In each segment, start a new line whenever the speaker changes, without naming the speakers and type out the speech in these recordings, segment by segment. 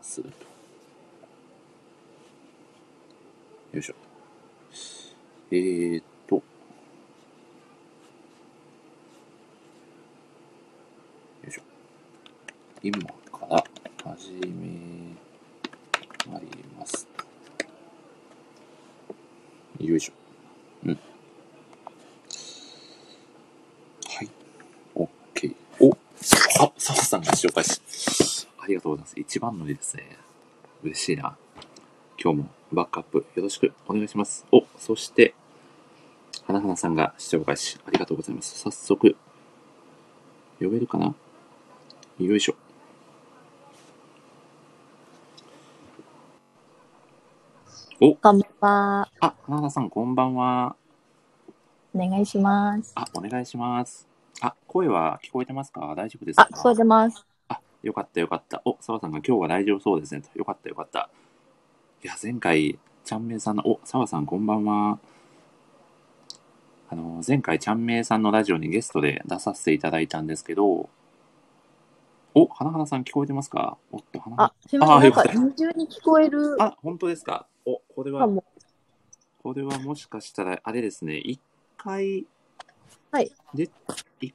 するとよいしょえー、っとよいしょ今から始めまいりますよいしょうんはい OK おあ、サボさんが紹介し、ありがとうございます。一番乗りですね。嬉しいな。今日もバックアップよろしくお願いします。お、そして、花々さんが紹介し、ありがとうございます。早速、呼べるかなよいしょ。お、
こんばんは。
あ、花々さんこんばんは。
お願いします。
あ、お願いします。あ、声は聞こえてますか大丈夫ですか
あ、聞こえてます。
あ、よかったよかった。お、澤さんが今日は大丈夫そうですねと。よかったよかった。いや、前回、ちゃんめいさんの、お、澤さんこんばんは。あの、前回、ちゃんめいさんのラジオにゲストで出させていただいたんですけど、お、花々さん聞こえてますかおっと、花々
あ、すみませ
あ
ん。なん
よか
か
った
二重に聞こえる
あ、本当ですかお、これ
か
は、
も。
これはもしかしたら、あれですね、一回、
はい。
で、一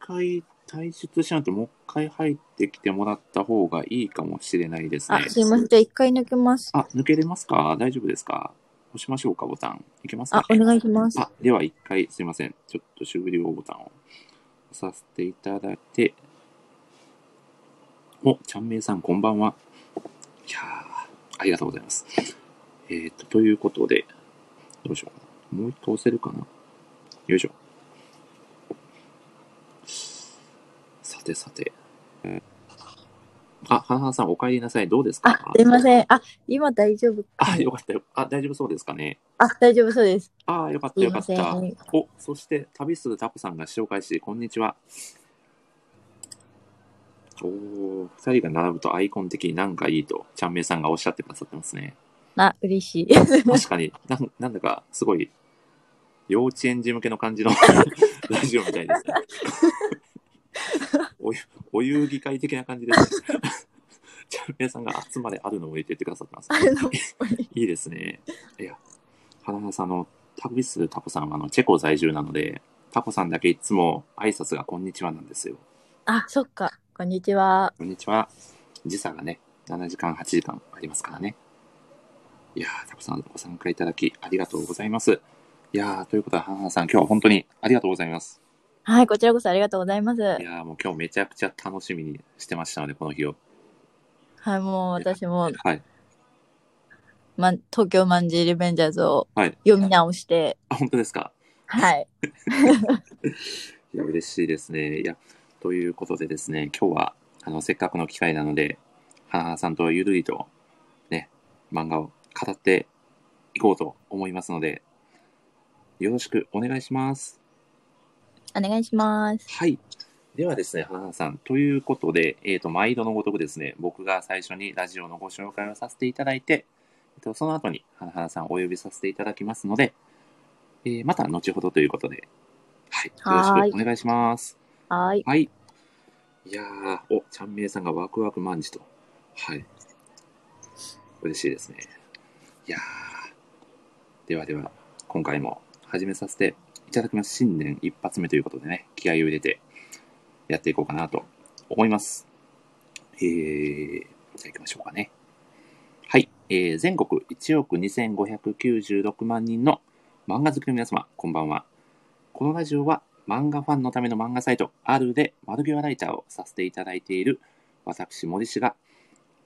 回退出しちゃうと、もう一回入ってきてもらった方がいいかもしれないですね。
あ、すみません。じゃあ一回抜けます。
あ、抜けれますか大丈夫ですか押しましょうか、ボタン。いけますか、
あ、お願いします。
あ、では一回、すいません。ちょっと終了ボタンを押させていただいて。お、ちゃんめいさん、こんばんは。いやー、ありがとうございます。えーと、ということで、どうしようかな。もう一回押せるかなよいしょ。さてさて。あ、はなはさん、お帰りなさい。どうですか
あ、すみません。あ、今大丈夫か
あ、よかったよ。あ、大丈夫そうですかね。
あ、大丈夫そうです。
あー、よかっ
す
た
み
よか
ま
っ
せ
た。
ん。
お、そして旅するタコさんが紹介し、こんにちは。おー、二人が並ぶとアイコン的になんかいいと、ちゃんめいさんがおっしゃってくださってます ね。
あ、嬉 しい。
確かになん、なんだかすごい、幼稚園児向けの感じの ラジオみたいですね。 おゆお遊戯会的な感じですね。 ちゃんめいさんが集まれあるのを入れてってくださってます、
あの
いいですね。いや、花田さんあの、タコビスタコさんはあのチェコ在住なので、タコさんだけいつも挨拶がこんにちはなんですよ。
あ、そっか。こんにちは。
こんにちは。時差がね、7時間、8時間ありますからね。いやー、たくさんご参加いただきありがとうございます。いやー、ということで、花々さん、今日は本当にありがとうございます。
はい、こちらこそありがとうございます。
いやー、もう今日めちゃくちゃ楽しみにしてましたので、この日を。
はい、もう私も、
はい。
ま、東京マンジーリベンジャーズを
はい
読み直して、
あ、本当ですか
はい。
いや、嬉しいですね。いや、ということでですね、今日は、あの、せっかくの機会なので、花々さんとゆるりと、ね、漫画を語っていこうと思いますので、よろしくお願いします。
お願いします。
はい。ではですね、花々さん、ということで、えっ、と、毎度のごとくですね、僕が最初にラジオのご紹介をさせていただいて、えっと、その後に花々さんをお呼びさせていただきますので、えーまた後ほどということで、はい。よろしくお願いします。
はい。
はい。いやー、お、ちゃんめいさんがワクワクまんじと。はい。嬉しいですね。いやー。ではでは、今回も始めさせていただきます。新年一発目ということでね、気合を入れてやっていこうかなと思います。えー、じゃあ行きましょうかね。はい。えー、全国1億2596万人の漫画好きの皆様、こんばんは。このラジオは漫画ファンのための漫画サイト、あるで窓際ライターをさせていただいている私、森氏が、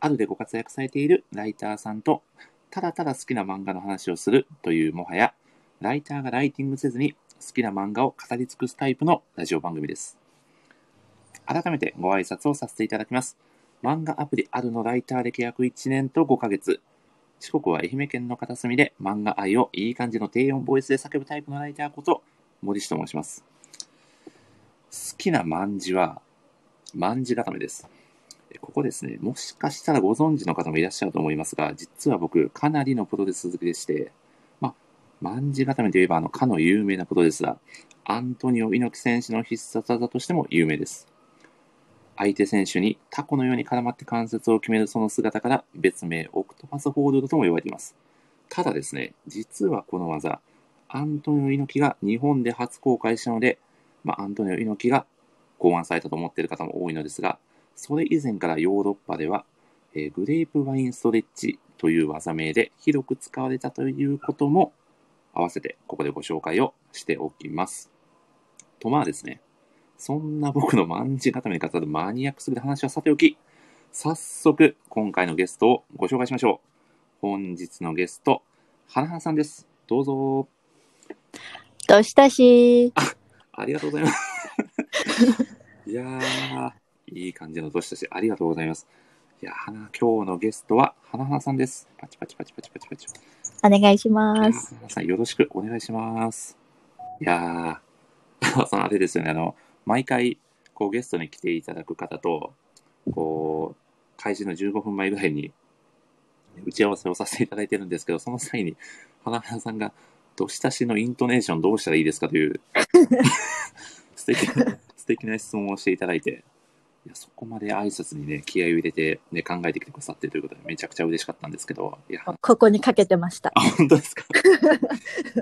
あるでご活躍されているライターさんと、ただただ好きな漫画の話をするという、もはや、ライターがライティングせずに好きな漫画を語り尽くすタイプのラジオ番組です。改めてご挨拶をさせていただきます。漫画アプリあるのライター歴約1年と5ヶ月。四国は愛媛県の片隅で漫画愛をいい感じの低音ボイスで叫ぶタイプのライターこと、森氏と申します。好きな漫字は、漫字固めです。えここですね、もしかしたらご存知の方もいらっしゃると思いますが、実は僕、かなりのプロレス好きでして、まあ、漫字固めといえば、あの、かの有名なプロレスラー、アントニオ猪木選手の必殺技としても有名です。相手選手にタコのように絡まって関節を決めるその姿から別名オクトパスホールドとも呼ばれています。ただですね、実はこの技、アントニオ猪木が日本で初公開したので、まあ、アントニオ猪木が考案されたと思っている方も多いのですが、それ以前からヨーロッパでは、えーグレープワインストレッチという技名で広く使われたということも合わせてここでご紹介をしておきます。とまあですね、そんな僕の万人固めに語るマニアックすぎる話はさておき、早速今回のゲストをご紹介しましょう。本日のゲスト、花花さんです。どうぞ。
どしたし。
ありがとうございます。 いやー、いい感じの年だし、ありがとうございます。いや、花、今日のゲストは、花花さんです。パチパチパチパチパチパチ。
お願いしま
いや。花さん、よろしくお願いします。いやー、 花さん、あれですよね、あの、毎回、こう、ゲストに来ていただく方と、こう、開始の15分前ぐらいに、打ち合わせをさせていただいてるんですけど、その際に、花花さんが、どしたしのイントネーションどうしたらいいですかという、 素敵な、素敵な質問をしていただいて、いやそこまで挨拶にね、気合を入れて、ね、考えてきてくださってるということで、めちゃくちゃ嬉しかったんですけど、いや、
ここにかけてました。
あ、本当です か。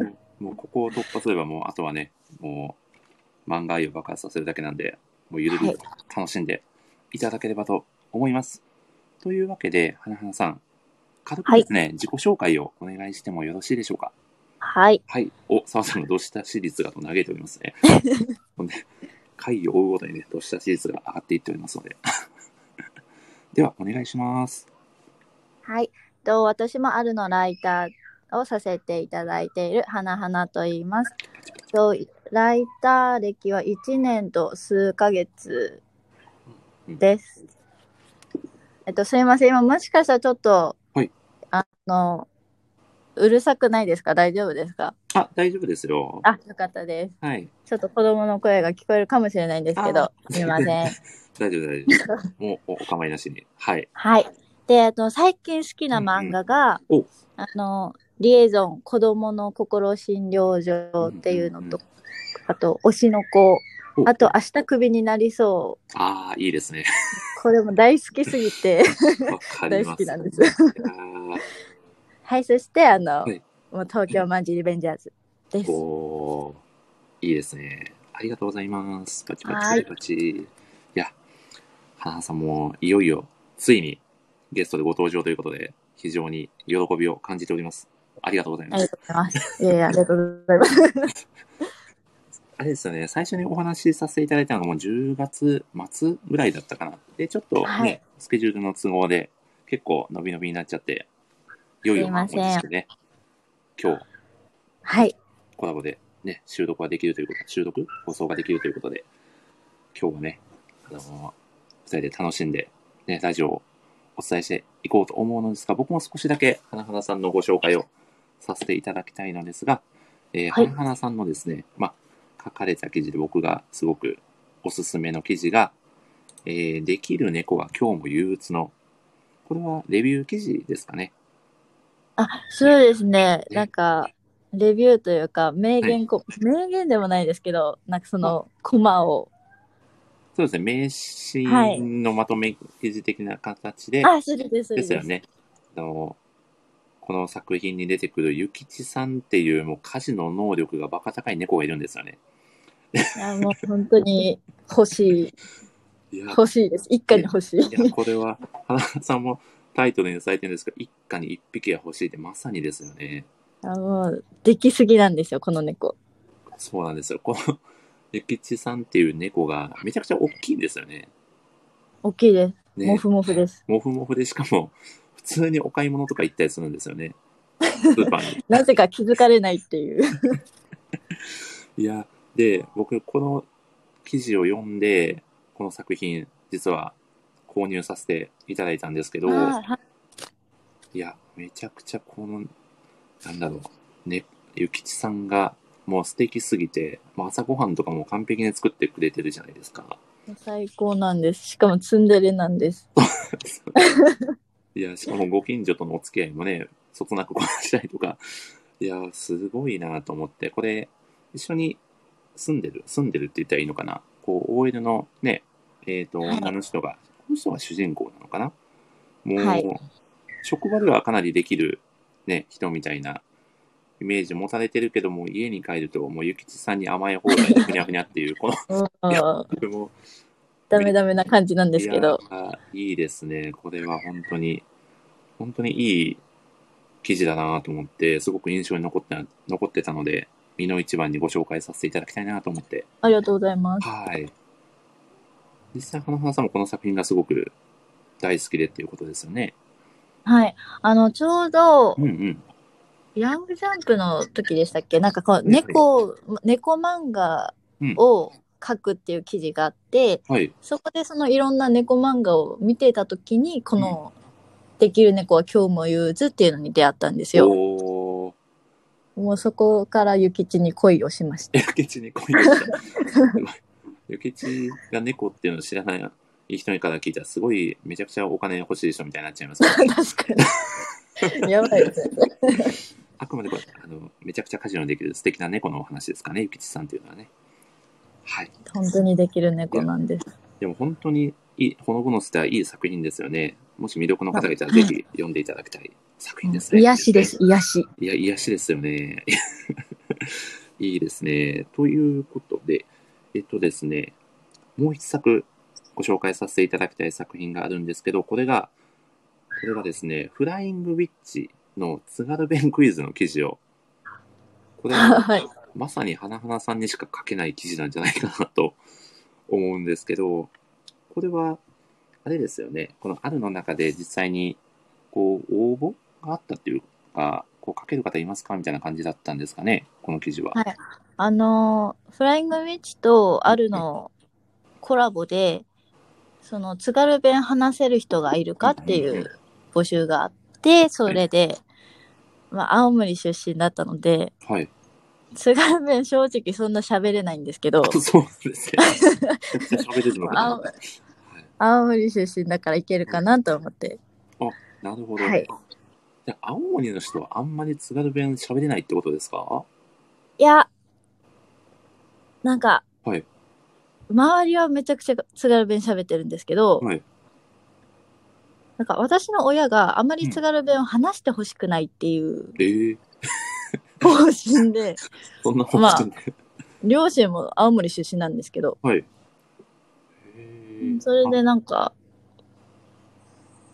もうもうここを突破すれば、もうあとはね、もう漫画愛を爆発させるだけなんで、もうゆるり
はい
と楽しんでいただければと思います。というわけで、花花さん、軽くですね、自己紹介をお願いしてもよろしいでしょうか。
はい。
はい。お、澤さんがどうした私立がと嘆いております ね。ほんで、回を追うごとにね、どうした私立が上がっていっておりますので。 では、お願いします。
はい。と私もあるのライターをさせていただいている花花と言います。とライター歴は1年と数ヶ月です。えっと、すいません。今、もしかしたらちょっと、
はい
あの、うるさくないですか大丈夫ですか
あ、大丈夫ですよ。
あ、よかったです。
はい。
ちょっと子供の声が聞こえるかもしれないんですけ
あ
ど、すいません。
大丈夫、大丈夫。もうおお構いなしに。はい。
はい。で、あの、最近好きな漫画が、
うんうんお
あの、リエゾン、子供の心診療所っていうの
うん
と、
うんうん
あと、推しの子、
お
あと、明日クビになりそう。
ああ、いいです ね。
これも大好きすぎ て、
わかり
大
ます。
好きなんです
い。やー
はい、そして、あの、
はい
もう東京マンジリベンジャーズです。
おーいいですね。ありがとうございます。パチパチ
は
パ
い
チパチ。い、や、花さんもいよいよ、ついにゲストでご登場ということで、非常に喜びを感じております。ありがとうござい
あ
ま
りが
す。
とうございます。いやいや、ありがとうございます。
あれですよね、最初にお話しさせていただいたのがもう10月末ぐらいだったかな。で、ちょっとね、
はい
スケジュールの都合で結構伸び伸びになっちゃって、いよいよまあ
すいません
落ち着いてね、今日
はい。
コラボでね、収録ができるということ、収録放送ができるということで、今日はね、あのー二人で楽しんで、ね、ラジオをお伝えしていこうと思うのですが、僕も少しだけ花々さんのご紹介をさせていただきたいのですが、えー、
はい
花々さんのですね、まあ、書かれた記事で僕がすごくおすすめの記事が、えーできる猫は今日も憂鬱の、これはレビュー記事ですかね。
あ、そうですね。
ね
なんか、レビューというか、名言こ、名言でもないですけど、なんかその、コマを。
そうですね、名
はい
詞のまとめ記事的な形で、
あ、そうです、そう
で
ですす。
よね。あの、この作品に出てくるゆきちさんっていうもう家事の能力がバカ高い猫がいるんですよね。
いや、もう本当に欲しい、
いや、
欲しいです。一家に欲しい。
いやこれは、花さんもタイトルにされてるんですけど、一家に一匹は欲しいってまさにですよね。
あもう、できすぎなんですよ、この猫。
そうなんですよ。このゆきちさんっていう猫がめちゃくちゃ大きいんですよね。
大きいです。
ね
もふもふです。
もふもふでしかも、普通にお買い物とか行ったりするんですよね。スーパー に。
なぜか気づかれないっ ていう。
いや、で、僕、この記事を読んで、この作品、実は購入させていただいたんですけど、
あはい
や、めちゃくちゃこの、なんだろう、ね、ゆきちさんが、もう素敵すぎて、もう朝ごはんとかも完璧に作ってくれてるじゃないですか。
い最高なんです。しかもツンデレなんです。
いや、しかもご近所とのお付き合いもね、そつなくこなしたりとか、いや、すごいなと思って、これ、一緒に住んでる、住んでるって言ったらいいのかな、こう、OL のね、えっ、と、
はい
女の人が、この人が主人公なのかなもう、
はい
職場ではかなりできる、ね、人みたいなイメージ持たれてるけども、家に帰ると、もう、ゆきちさんに甘え放題でふにゃふにゃっていう、この、
うん
いや僕も、
ダメダメな感じなんですけど。
いやーいいですね。これは本当に、本当にいい記事だなと思って、すごく印象に残ってな残ってたので、美の一番にご紹介させていただきたいなと思って。
ありがとうございます。
はい。実際、花花さんもこの作品がすごく大好きでっていうことですよね。
はい。あの、ちょうど
う、んうん。
ヤングジャンプの時でしたっけなんかこう、猫、猫漫画を書くっていう記事があって、
はい。
そこでそのいろんな猫漫画を見てた時に、この、できる猫は今日も憂鬱っていうのに出会ったんですよ。
おー。
もうそこから諭吉に恋をし ました。
ゆきちに恋をした。 ゆきちが猫っていうのを知らない人から聞いたら、すごいめちゃくちゃお金欲しい人みたいになっちゃいますね。
確か に。やばいですね。
あくまでこれあのめちゃくちゃカジノできる素敵な猫のお話ですかね、ゆきちさんというのはね。はい。
本当にできる猫なんです。
でも本当にいい、ほのぼのしたいい作品ですよね。もし魅力の方がいたら、ぜひ読んでいただきたい作品ですね。
癒しです、。癒し。
いや、癒しですよね。 いいですね。ということで、えっとですね、もう一作ご紹介させていただきたい作品があるんですけど、これが、これがですね、フライングウィッチの津軽弁クイズの記事を、これは
はい。
まさに花々さんにしか書けない記事なんじゃないかなと思うんですけど、これは、あれですよね、このあるの中で実際に、こう、応募があったっていうか、こう書ける方いますかみたいな感じだったんですかね、この記事は。
はいあのー、フライングウィッチとあるのコラボで、その津軽弁話せる人がいるかっていう募集があって、それで、まあ、青森出身だったので、
はい。
津軽弁正直そんな喋れないんですけ ど、
そうなんですね。めちゃくちゃ喋れるのかな
青。青森出身だからいけるかなと思って。
なるほど。
はい
で青森の人はあんまり津軽弁喋れないってことですか
いや、なんか、
はい
周りはめちゃくちゃ津軽弁喋ってるんですけど、
はい
なんか私の親があまり津軽弁を話してほしくないっていう
えー、
方針で、
そんな本
まあ
当に。
両親も青森出身なんですけど、
はい。えー
それでなんか、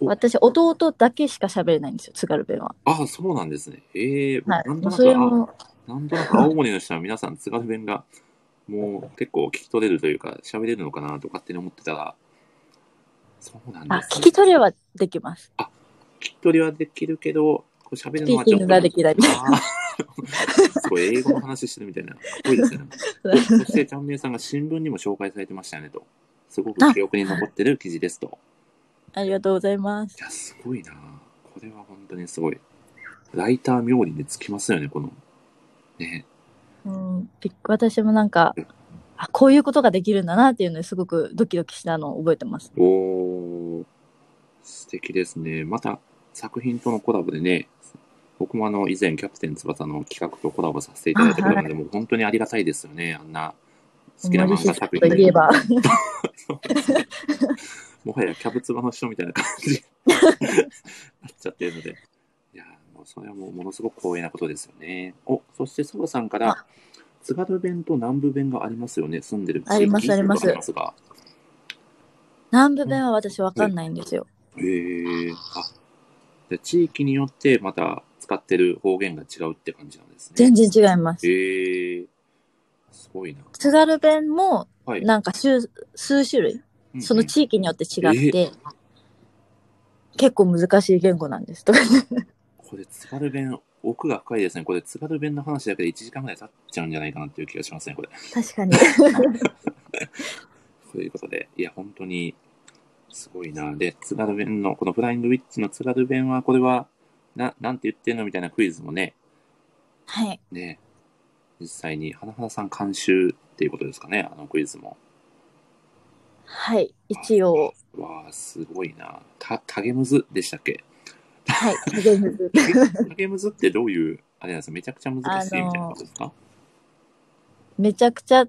お
私、弟だけしか喋れないんですよ、津軽弁は。
ああ、そうなんですね。ええ
はい。
なんと
もう
な
そ
く、
れ
あ
も、
なんとなく青森の人は皆さん津軽弁が、もう結構聞き取れるというか、喋れるのかなと勝手に思ってたら、そうなん
あ、
です、ね。
聞き取れはできます。
聞き取りはできるけど、こう喋
ス
る
ピ
の
ー
は
キ
ちょ
ン
っ
グ
と。
ができない。
あー すごい英語の話してるみたいな。かっこいい ですね。そして、ちゃんめいさんが新聞にも紹介されてましたよねと。すごく記憶に残ってる記事ですと。
ありがとうございます
い。や、すごいなこれは本当にすごい。ライター冥利につきますよね、この。ね。
うん、びっく私もなんか、あ、こういうことができるんだなっていうのですごくドキドキしたのを覚えてます。
おー、素敵ですね。また作品とのコラボでね、僕もあの以前、キャプテン翼の企画とコラボさせていただいたことなので、もう本当にありがたいですよね、あんな好きな漫
森
画
進
作
と
品
いえば、
もはやキャプツバの人みたいな感じに なっちゃってるので、いや、もうそれはもうものすごく光栄なことですよね。おそして、そばさんから
あ、
津軽弁と南部弁がありますよね、住んでる地域
ありますあります
とかますが。
南部弁は私わかんないんですよ。
へえ。あ、じゃあ地域によってまた使ってる方言が違うって感じなんですね。
全然違います。
へえ。すごいな。
津軽弁も、
はい
なんか数数種類、その地域によって違って、結構難しい言語なん です。とか
うんうんこれ津軽弁、奥が深いですね。これ津軽弁の話だけで1時間ぐらい経っちゃうんじゃないかなっていう気がしますね、これ。
確かに。
ということで、いや、本当にすごいな。で、津軽弁の、このフライングウィッチの津軽弁は、これは、な、なんて言ってんのみたいなクイズもね、
はい。
ね、実際に、花々さん監修っていうことですかね、あのクイズも。
はい。一応、
わあ、すごいな。た、タゲムズでしたっ け
はい。全部
タゲタゲムズってどういう、あれなんですかめちゃくちゃ難しいみたいなことですか、
めちゃくちゃ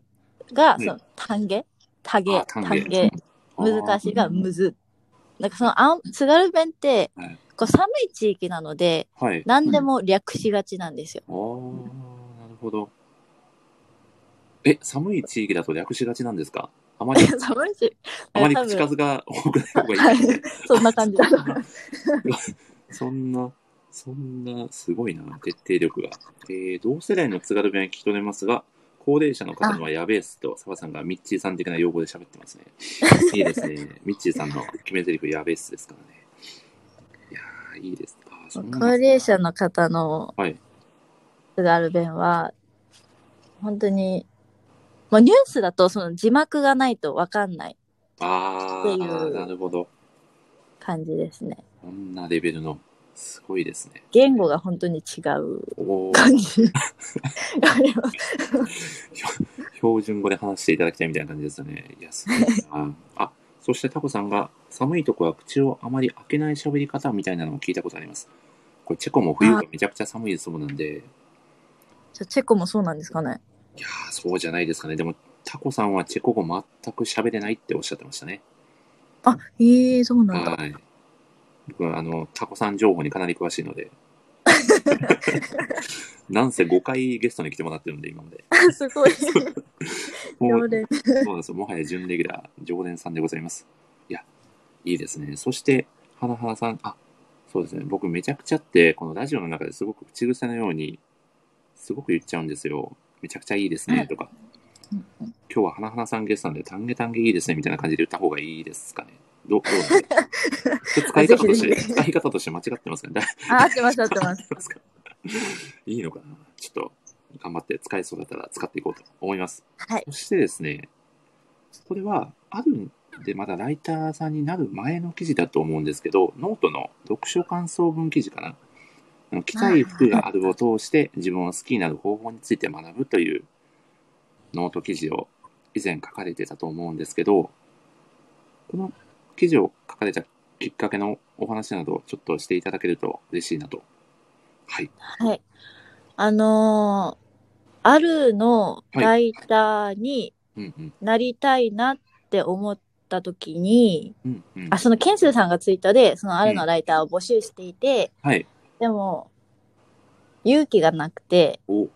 が、
い
その、単下、多下、
あ単
単
下
下難しいがむず。なんかそのあん津軽弁って
はい、
こう寒い地域なので、
はい。
何でも略しがちなんですよ。
ああ、なるほど。え、寒い地域だと略しがちなんですかあまり、
寒い地
あまり
多分
口数が多くない方がいい。
はい、 そんな感じだと思います。
そんな、そんな、すごいな、徹底力が。えー同世代の津軽弁は聞き取れますが、高齢者の方のはやべえっすと、澤さんがミッチーさん的な用語で喋ってます ね。いいですね。ミッチーさんの決め台詞やべえっすですからね。いやー、いいです。あー そんな
高
んですね
齢者の方の
はい
津軽弁は、本当に、まあ、ニュースだとその字幕がないとわかんない
あ
ってい
ー、
う
なるほど。
感じですね。
こんなレベルの、すごいですね。
言語が本当に違う
おー
感じがあ ります。
標準語で話していただきたいみたいな感じですよね。いや、すごいな。あ、そしてタコさんが、寒いとこは口をあまり開けない喋り方みたいなのを聞いたことあります。これ、チェコも冬がめちゃくちゃ寒いそうなんで、い
じゃあチェコもそうなんですかね。
やー、そうじゃないですかね。でも、タコさんはチェコ語全く喋れないっておっしゃってましたね。
あ、ええそうなんだ。
はい。僕は、あの、タコさん情報にかなり詳しい ので。なんせ5回ゲストに来てもらってるんで、今まで。
すごい。
もう
常連
そうなんですよ。もはや準レギュラー、常連さんでございます。いや、いいですね。そして、はなはなさん、あ、そうですね。僕、めちゃくちゃって、このラジオの中ですごく口癖のように、すごく言っちゃうんですよ。めちゃくちゃいいですね、とか。
うん
今日ははなはなさんゲストなんで、タンゲタンゲいいですね、みたいな感じで言った方がいいですかね。どう、どうなん ですかちょっと使い方とし
ぜ
て、
ひぜひ
使い方として間違ってますかね。
あ、合ってます、合ってます。
ますかいいのかなちょっと頑張って使えそうだったら使っていこうと思います。
はい
そしてですね、これはあるんで、まだライターさんになる前の記事だと思うんですけど、ノートの読書感想文記事かな。あの着たい服があるを通して自分を好きになる方法について学ぶというノート記事を以前書かれてたと思うんですけど、この記事を書かれたきっかけのお話などをちょっとしていただけると嬉しいなと。はい。
はい。あのーあるのライターに
うんうん。
なりたいなって思った時に、
うんうん
あ、そのケンスーさんがツイートで、そのあるのライターを募集していて、
はい。
でも、勇気がなくて、
おう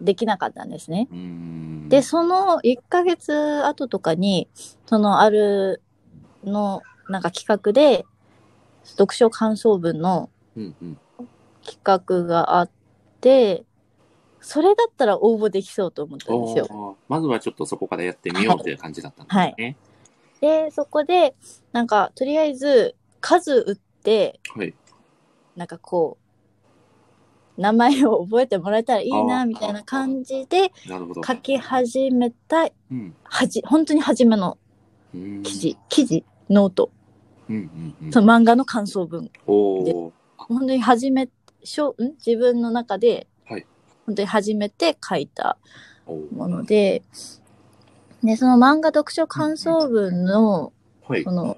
できなかったんですね。
ーん。
で、その1ヶ月後とかに、そのあるの、なんか企画で、読書感想文の
うんうん。
企画があって、それだったら応募できそうと思ったんですよ。
おーまずはちょっとそこからやってみようという感じだったんですね。
で、そこで、なんか、とりあえず、数打って、
はい。
なんかこう、名前を覚えてもらえたらいい
あ
な、
ー
みたいな感じで
なるほど。
書き始めた、
うん。
はじ、本当に初めの
うーん
記。事、記事、ノート、
うんうんうん。
その漫画の感想文。
おー
本当に初め、しょん自分の中で、
はい
本当に初めて書いた
おー
もので、で、その漫画読書感想文の、
はい
そ。の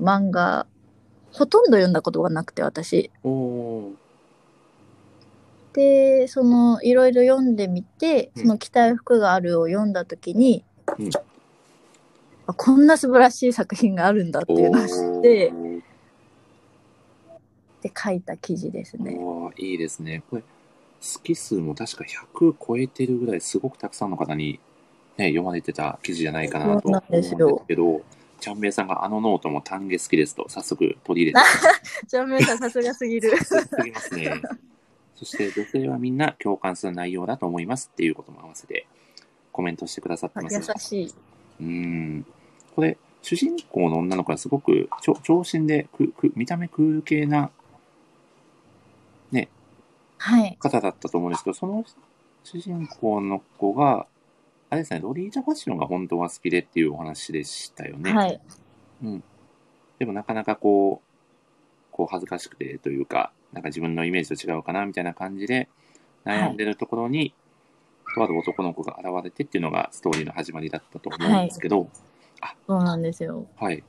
漫画、ほとんど読んだことがなくて、私。
おー
で、その、いろいろ読んでみて、
うん
その、着たい服があるを読んだときに、
うん
あこんな素晴らしい作品があるんだっていうのを知って、
おー
で、書いた記事ですね。
おーいいですね。これ、好き数も確か100超えてるぐらい、すごくたくさんの方に、ね、読まれてた記事じゃないかなと
そうな
思
ん
うんで
です
す
よ
けど、ちゃんべいさんがあのノートも単下好きですと、早速取り入れて
じゃあ、皆さん、さすがすぎ る。
すぎますね。そして女性はみんな共感する内容だと思いますっていうことも合わせてコメントしてくださってます
優
が
しい。
うーん。これ、主人公の女の子はすごくちょ長身でくく見た目クール系な
はい。
方だったと思うんですけど、その主人公の子が、あれですね、ロリータファッションが本当は好きでっていうお話でしたよね。
はい。
でもなかなかこう、こう恥ずかしくてというか、なんか自分のイメージと違うかなみたいな感じで悩んでるところに、とある男の子が現れてっていうのがストーリーの始まりだったと思うんですけど、
そうなんですよ。
はい。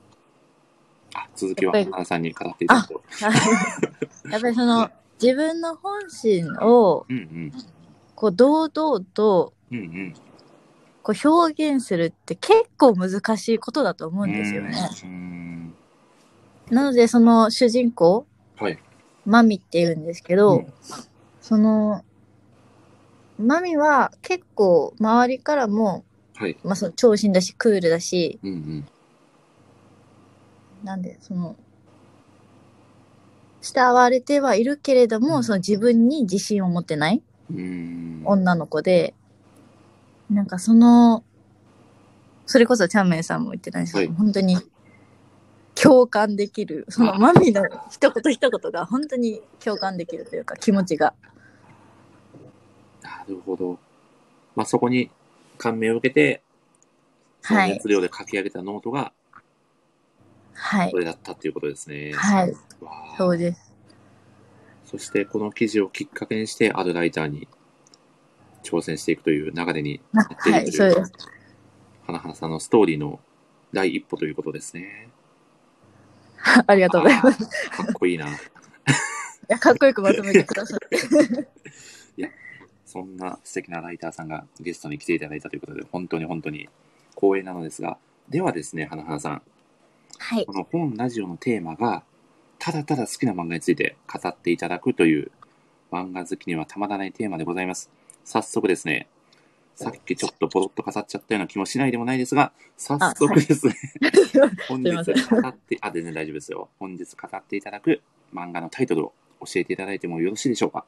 あ、続きは
やっぱり
花さんに語っていただこう。
やっぱりその、自分の本心を、
うんうん。
こう、堂々と、
うんうん。
こう表現するって結構難しいことだと思
う
うんですよね。
ん
なのでその主人公、
はい。
マミって言うんですけど、
うん
その、マミは結構周りからも、
はい。
まあその長身だし、クールだし、
うんうん。
なんで、その、慕われてはいるけれども、その自分に自信を持ってないう
ーん。
女の子で、なんかその、それこそチャンメイさんも言ってたんですけど、
はい
本当に共感できる、その
あ
マミの一言一言が本当に共感できるというか気持ちが。
なるほど。まあ、そこに感銘を受けて、その
はい。
熱量で書き上げたノートが
はい
こ。れだったっていうことですね。
はい。
わあ
そうです。
そしてこの記事をきっかけにして、あるライターに挑戦していくという流れにな
あ
ってい
は
ると
い、
い
そう
う、
です。
花花さんのストーリーの第一歩ということですね。
ありがとうございます。
あーかっこいいな。
いやかっこよくまとめてくださって。
そんな素敵なライターさんがゲストに来ていただいたということで、本当に本当に光栄なのですが、ではですね、花花さん、
はい
こ。の本ラジオのテーマが、ただただ好きな漫画について語っていただくという、漫画好きにはたまらないテーマでございます。早速ですね、さっきちょっとポロッと飾っちゃったような気もしないでもないですが、早速ですね、本日
すいま
語って、あ、全然大丈夫ですよ。本日語っていただく漫画のタイトルを教えていただいてもよろしいでしょうか。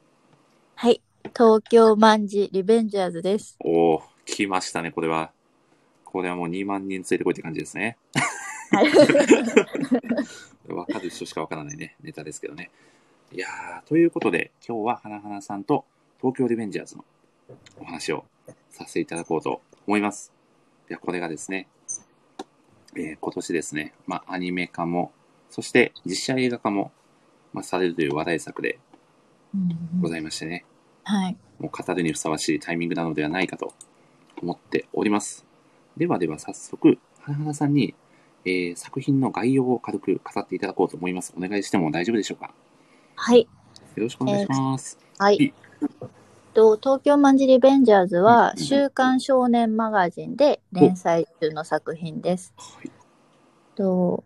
はい。東京卍リベンジャーズです。
おお、来ましたね、これは。これはもう2万人ついてこいって感じですね。
はい。
わかる人しかわからないね、ネタですけどね。いやー、ということで、今日は花々さんと東京リベンジャーズのお話をさせていただこうと思います。いや、これがですね、えー今年ですね、まあ、アニメ化も、そして実写映画化も、まあ、されるという話題作で
うん
ございましてね、
はい。
もう語るにふさわしいタイミングなのではないかと思っております。ではでは早速、花々さんに、えー作品の概要を軽く語っていただこうと思います。お願いしても大丈夫でしょうか
はい。
よろしくお願いします。
はい。と東京卍リベンジャーズは「週刊少年マガジン」で連載中の作品です。
はい。
と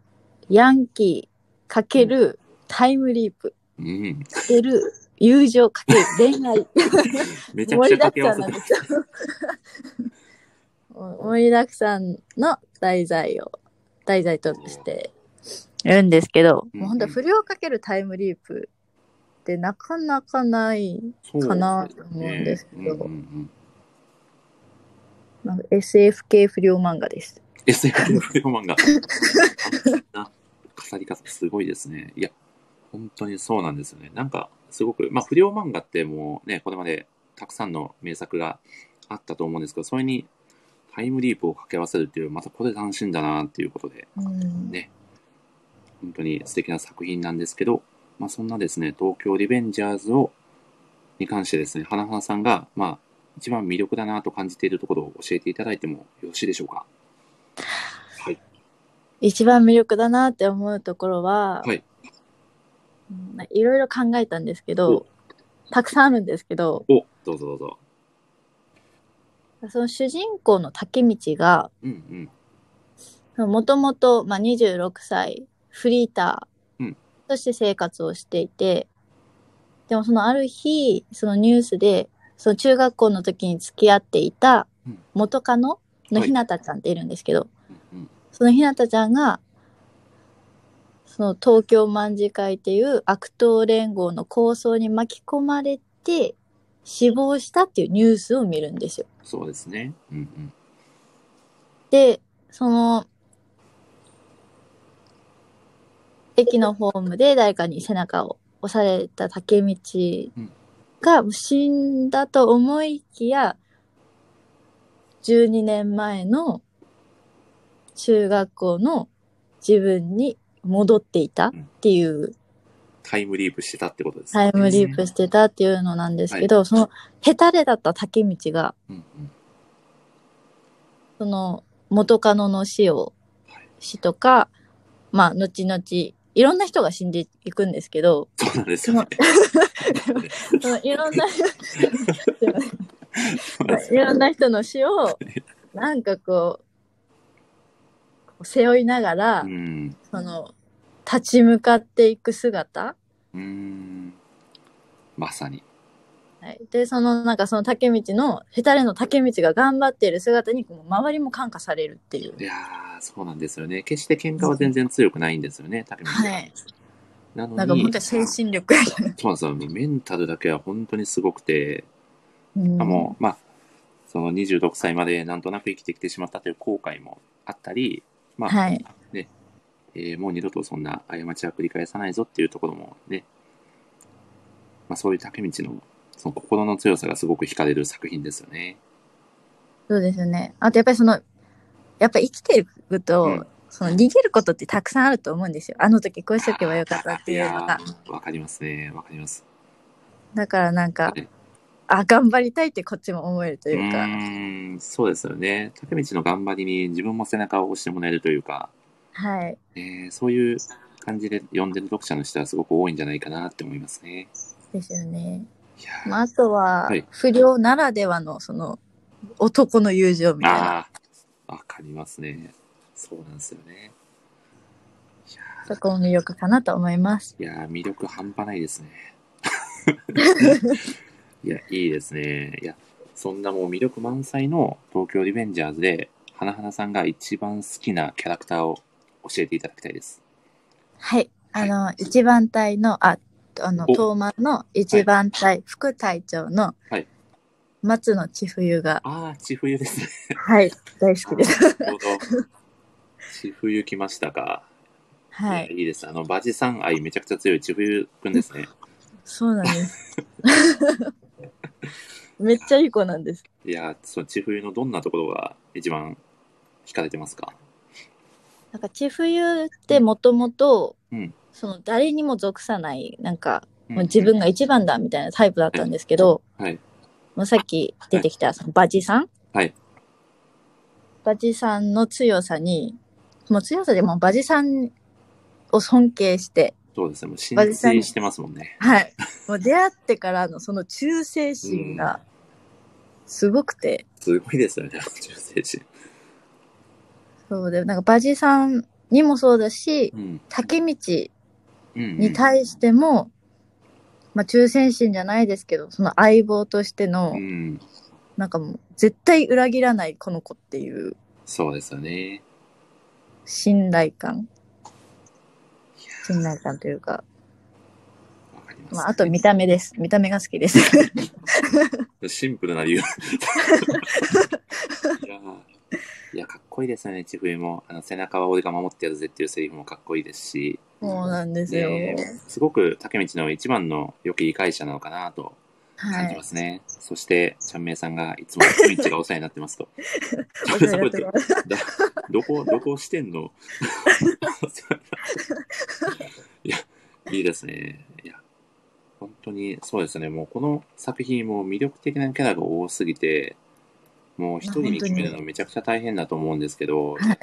ヤンキー×タイムリープ
うん。
×友情×恋愛
めちゃく
盛
ち
り
ゃ掛
だく
け合わ
さん
せ
なん
て
で。すよ。 盛りだくさんの題材を題材としてやるんですけど、
うん
もう本当不良かけるタイムリープってなかなかない
そう
かなと思うんですけど
ねうんうんうん、
なんか SF 系不良漫画です。
SF の不良漫画。な語り方すごいですね。いや、本当にそうなんですよね。なんか、すごく、まあ、不良漫画ってもうね、これまでたくさんの名作があったと思うんですけど、それにタイムリープを掛け合わせるっていう、またこれ斬新だなっていうことで、
うん
ね本当に素敵な作品なんですけど、まあ、そんなですね、東京リベンジャーズを、に関してですね、花々さんが、まあ、一番魅力だなと感じているところを教えていただいてもよろしいでしょうか。はい。
一番魅力だなって思うところは、
はい
うんいろいろ考えたんですけ
お
どたくさんあるんですけど
お、どうぞどうぞ。
その主人公の竹道が
うんうん。
もともとまあ26歳フリータ
う
ー
ん
として生活をしていて、でもそのある日そのニュースでその中学校の時に付き合っていた
うん
元カノの
はい
ひなたちゃんっているんですけど、
うんうん
そのひなたちゃんが、その東京卍会っていう悪党連合の抗争に巻き込まれて死亡したっていうニュースを見るんですよ。
そうですね。うん
で、その、駅のホームで誰かに背中を押された竹道が死んだと思いきや、12年前の中学校の自分に戻っていたっていう
うん。タイムリープしてたってことです
タイムリープしてたっていうのなんですけど、そのヘタレだった竹道が、
うんうん。
その元カノの死を
はい
死とか、まあ、後々、いろんな人が死んでいくんですけど、
そうなんですよね。
そのいろんな、すいませんいろんな人の死を、なんかこう、こう背負いながら、
うん。
その、立ち向かっていく姿、
うん。まさに。
はい、で、その、なんかその竹道の、ヘタレの竹道が頑張っている姿に、もう周りも感化されるっていう
い。やー、そうなんですよね。決して喧嘩は全然強くないんですよね、竹内
はい。
なのに、
なんかもう一回
そう
精神力。
なんですよ。メンタルだけは本当にすごくて、
うん
あもう、まあ、その26歳までなんとなく生きてきてしまったという後悔もあったり、まあ、
はい。
えーもう二度とそんな過ちは繰り返さないぞっていうところもね、まあ、そういう竹道のその心の強さがすごく惹かれる作品ですよね。
そうですよね。あとやっぱりその、やっぱ生きていくと、
うん
その逃げることってたくさんあると思うんですよ。あの時こうしとけばよかったっていうのが
や。ーわかりますね。わかります。
だからなんか
はい、
あ、頑張りたいってこっちも思えると
う
いうか。
ーん、そうですよね。竹道の頑張りに自分も背中を押してもらえるというか、
はい。
えーそういう感じで読んでる読者の人はすごく多いんじゃないかなって思いますね。
ですよね。
いやー
まあ、あとは
はい、
不良ならではの、その、男の友情みたいな。
ああ、わかりますね。そうなんですよね。いやー
そこも魅力かなと思います。
いやー、魅力半端ないです ね。いや、いいですね。いや、そんなもう魅力満載の東京リベンジャーズで、花々さんが一番好きなキャラクターを教えていただきたいです。
はい。あの、一番隊の、あ、あの、
お
東馬の一番隊、副隊長の
はい、
松野千冬が、
ああ、ちふゆです ね。
はい、大好きです。
なるほど。ちふゆ来ましたか。
はいい。
や。いいです。あの、バジさん愛めちゃくちゃ強いちふゆくんですね。
そうなんです。 めっちゃいい子なんです。
いやー、そのちふゆのどんなところが一番惹かれてますか
なんか、千冬ってもともと
うん、
その誰にも属さない、なんか、
うん
もう自分が一番だみたいなタイプだったんですけど、
はい。
もうさっき出てきたそのバジさん。
はい。
バジさんの強さに、もう強さでもうバジさんを尊敬して、
そうですね。もう浸
バジさん
水してますもんね。
はい。もう出会ってからのその忠誠心がすごくて、
すごいですよね、あの中世人。
そうで、なんかバジさんにもそうだし、
うん。
竹道
うん、うん。
に対しても、まあ忠誠心じゃないですけど、その相棒としての
う、ん。
なんかもう絶対裏切らないこの子っていう
そうですよね。
信頼感。信頼感というか、
わかります、
まあ、あと見た目です。見た目が好 きです。
シンプルな理由。いやーいや、かっこいいですよね、ちふえも。あの、背中は俺が守ってやるぜっていうセリフもかっこいいですし。
そうなんですよ。
ねえすごく竹道の一番の良き理解者なのかなと
は
感じ
い
ま。すね。そして、ちゃんめいさんがいつも竹道がお世話になってますと。
お世話になってます
だ どこ、どこしてんのいや、いいですね。いや、本当にそうですね。もうこの作品も魅力的なキャラが多すぎて、もう一人に決めるのめちゃくちゃ大変だと思うんですけど、
はい。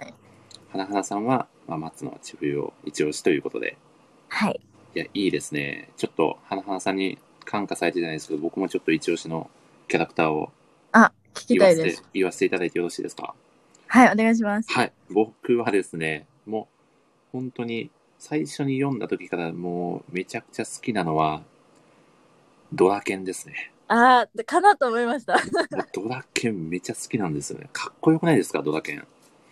花々さんは、まあ、松野千冬を一押しということで、
はい。
いや、いいですね。ちょっと花々さんに感化されてじゃないですけど、僕もちょっと一押しのキャラクターを
あ、聞き
言
た
わ
い
せ
で
て
す。
言わせていただいてよろしいですか
はい、お願いします。
はい、僕はですね、もう本当に最初に読んだ時からもうめちゃくちゃ好きなのは、ドラケンですね。
あー、かなと思いました。い
もうドラケンめちゃ好きなんですよね。かっこよくないですか、ドラケン。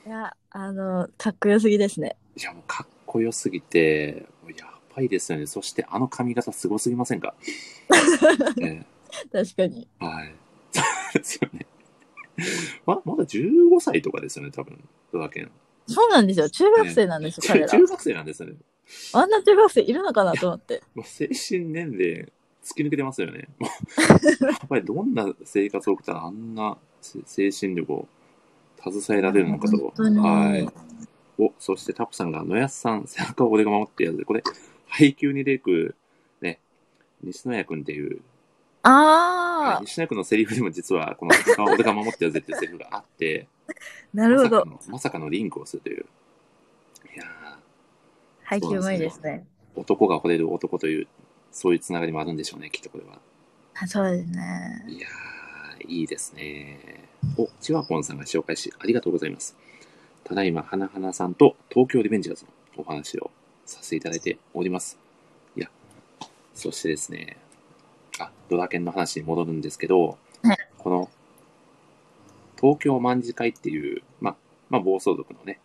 や、あの、かっこよすぎですね。
いや、もうかっこよすぎて、もうやばいですよね。そしてあの髪型すごすぎませんかね
確かに。
はい。そうですよね。ま、まだ15歳とかですよね、多分、ドラケン。
そうなんですよ。中学生なんですよ、彼ら。
中学生なんですよね。
あんな中学生いるのかなと思って。
もう精神年齢突き抜けてますよね。も うやっぱりどんな生活を送ったらあんなせ精神力を携えられるのかと。
本当に
はい。お、そしてタップさんが、野安さん、背中を俺が守ってやる。これ、配給に出てくる、ね、西野谷君っていう、
あ
西野谷君のセリフにも実は、この背中を俺が守ってやるぜっていうセリフがあって、
ー、 なるほ
まさ
ど
か。のまさかのリンクをするという。いや
配球もいいですね。
ー男が惚れる男という、そういうつながりもあるんでしょうね、きっとこれは。
あそうですね。
いやーいいですね。お、ちわぽんさんが紹介し、ありがとうございます。ただいま、はなはなさんと東京リベンジャーズのお話をさせていただいております。いや、そしてですね、あ、ドラケンの話に戻るんですけど、
はい
この、東京卍会っていう、まあ、まあ、暴走族のね、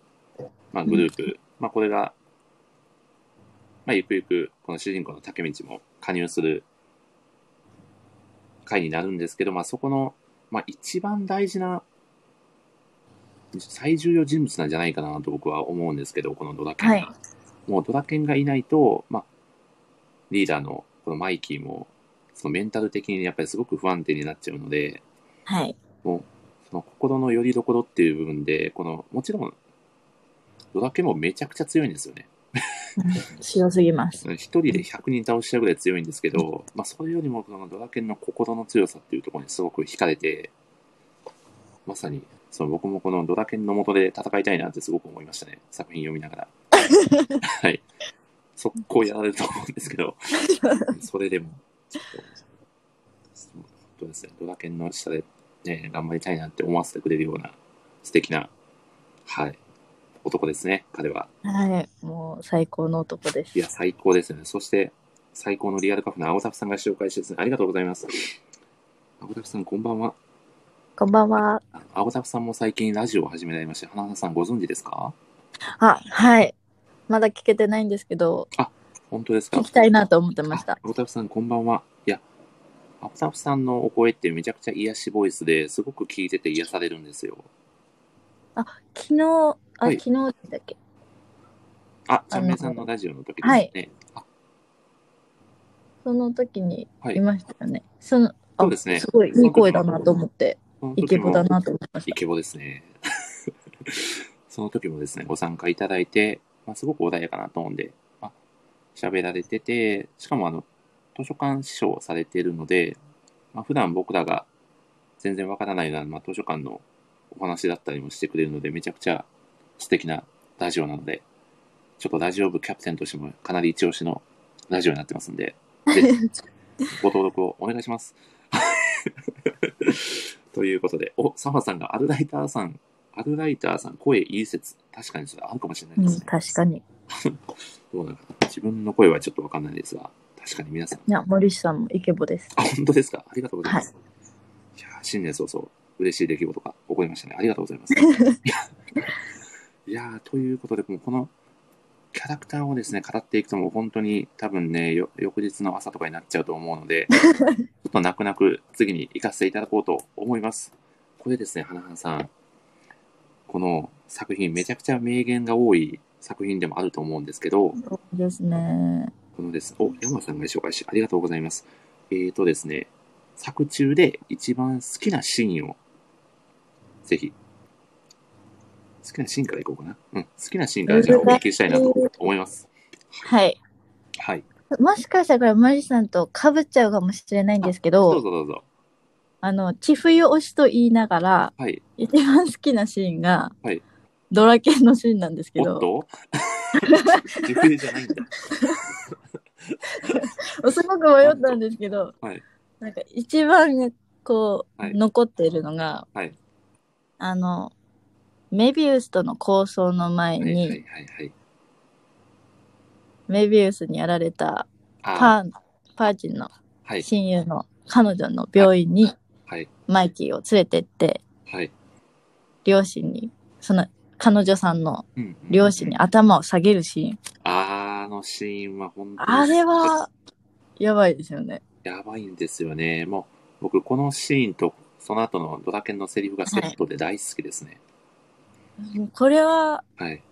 まあ、グループ、まあ、これが、まあ、ゆくゆく、この主人公の竹道も加入する会になるんですけど、まあ、そこの、まあ、一番大事な、最重要人物なんじゃないかなと僕は思うんですけど、このドラケンが。
はい
もうドラケンがいないと、まあ、リーダーのこのマイキーも、そのメンタル的にやっぱりすごく不安定になっちゃうので、
はい。
その心の拠り所っていう部分で、この、もちろん、ドラケンもめちゃくちゃ強いんですよね。
強すぎます。
一人で100人倒しちゃうぐらい強いんですけど、まあ、それよりもこのドラケンの心の強さっていうところにすごく惹かれて、まさに、その僕もこのドラケンの元で戦いたいなってすごく思いましたね。作品読みなが ら。はい。速攻やられると思うんですけど、それでも、ちょっと、そう本当ですね、ドラケンの下でね、頑張りたいなって思わせてくれるような素敵な、はい、男ですね、彼は。
はい。もう最高の男です。
いや、最高ですよね。そして、最高のリアルカフェの青タフさんが紹介してですね、ありがとうございます。青タフさん、こんばんは。
こんばんは。
あ青タフさんも最近ラジオを始められまして、花々さんご存知ですか
あ、はい。まだ聞けてないんですけど、
本当ですか
聞きたいなと思ってました
あ。青タフさん、こんばんは。いや、青タフさんのお声ってめちゃくちゃ癒しボイスですごく聞いてて癒されるんですよ。
昨日、あ、
はい
昨日だっけ
あ、ちゃんめいさんのラジオの時ですね。
その時に
はい
いましたよね。そのあ
そうですね
すごいいい声だなと思って、
その
イ
時
ケ
も
ボだなと思いまし
イケボですね。 その時もですね、ご参加いただいて、まあ、すごく穏やかなトーンで、まあ、喋られてて、しかもあの、図書館師匠をされているので、まあ、普段僕らが全然わからないような、まあ、図書館のお話だったりもしてくれるので、めちゃくちゃ素敵なラジオなので、ちょっとラジオ部キャプテンとしてもかなり一押しのラジオになってますんで、ぜひご登録をお願いします。 ということで、お、サマさんがアルライターさん、アルライターさん、声いい説。確かにそれあるかもしれない
た。
で
う
す
ん、
ね。
確かに。
どうなのかな自分の声はちょっとわかんないですが、確かに皆さん、
いや、森下さんもイケボです。
あ、本当ですかありがとうございます。い、やー、新年早々、嬉しい出来事が起こりましたね。ありがとうございます。いやー、ということで、もうこのキャラクターをですね、語っていくともう本当に多分ね、よ翌日の朝とかになっちゃうと思うので、ちょっと泣く泣く次に行かせていただこうと思います。これですね、花々さん。この作品、めちゃくちゃ名言が多い作品でもあると思うんですけど、
そうですね。
このです。お、山さんが紹介し、ありがとうございます。えーとですね、作中で一番好きなシーンを、ぜひ、好きなシーンからいこうかな。うん、好きなシーンからじゃあお聞きしたいなと思います。
はい。
はい。
もしかしたらこれ森下さんと被っちゃうかもしれないんですけ
どう
ど、
ぞどうぞ。
あの、千冬推しと言いながら、
はい。
一番好きなシーンが、
はい
ドラケンのシーンなんですけ
おっ
ど、
と自分じゃないんだ。
すごく迷ったんですけど、
はい
なんか一番こう、
はい
残っているのが、
はい
あのメビウスとの構想の前
はい
に、
はいはいはい。
メビウスにやられた
あ
パーパーチンの
ー、はい。
親友の彼女の病院に
はい。
マイキーを連れてって
はい。
両親にその彼女さんの
うんうん
両親に頭を下げるシーン、
あーあのシーンは本当に。
あれはやばいですよね。
やばいんですよね。もう、僕、このシーンと、その後のドラケンのセリフがセットで大好きですね。
もうこれは
はい。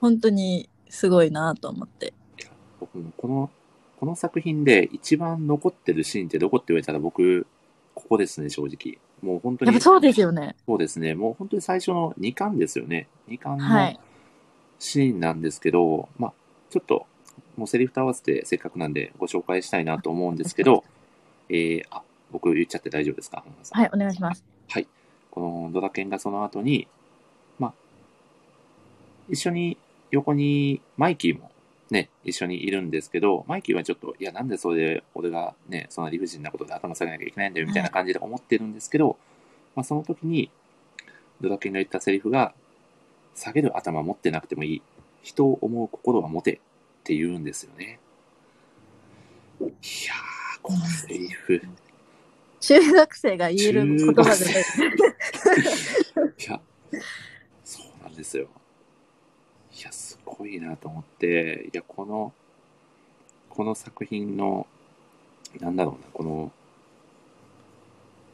本当にすごいなと思って。
僕もこの、この作品で一番残ってるシーンってどこって言われたら僕、ここですね、正直。もう本当
やっ
に。
ぱそうですよね。
そうですね。もう本当に最初の2巻ですよね。2巻
は
の
い。
シーンなんですけど、まあ、ちょっと、もうセリフと合わせてせっかくなんでご紹介したいなと思うんですけ ど、えー、あ、僕言っちゃって大丈夫ですか花田さん
はい、お願いします。
このドラケンがその後に、まあ、一緒に横にマイキーもね、一緒にいるんですけど、マイキーはちょっと、いや、なんでそれで俺がね、そんな理不尽なことで頭下げなきゃいけないんだよみたいな感じで思ってるんですけど、まあ、その時に、ドラケンが言ったセリフが、下げる頭持ってなくてもいい。人を思う心は持てって言うんですよね。いやー、このセリフ。
中学生が言える言葉じゃない。
いや、そうなんですよ。いや、すごいなと思って、いや、この、この作品の、なんだろうな、この、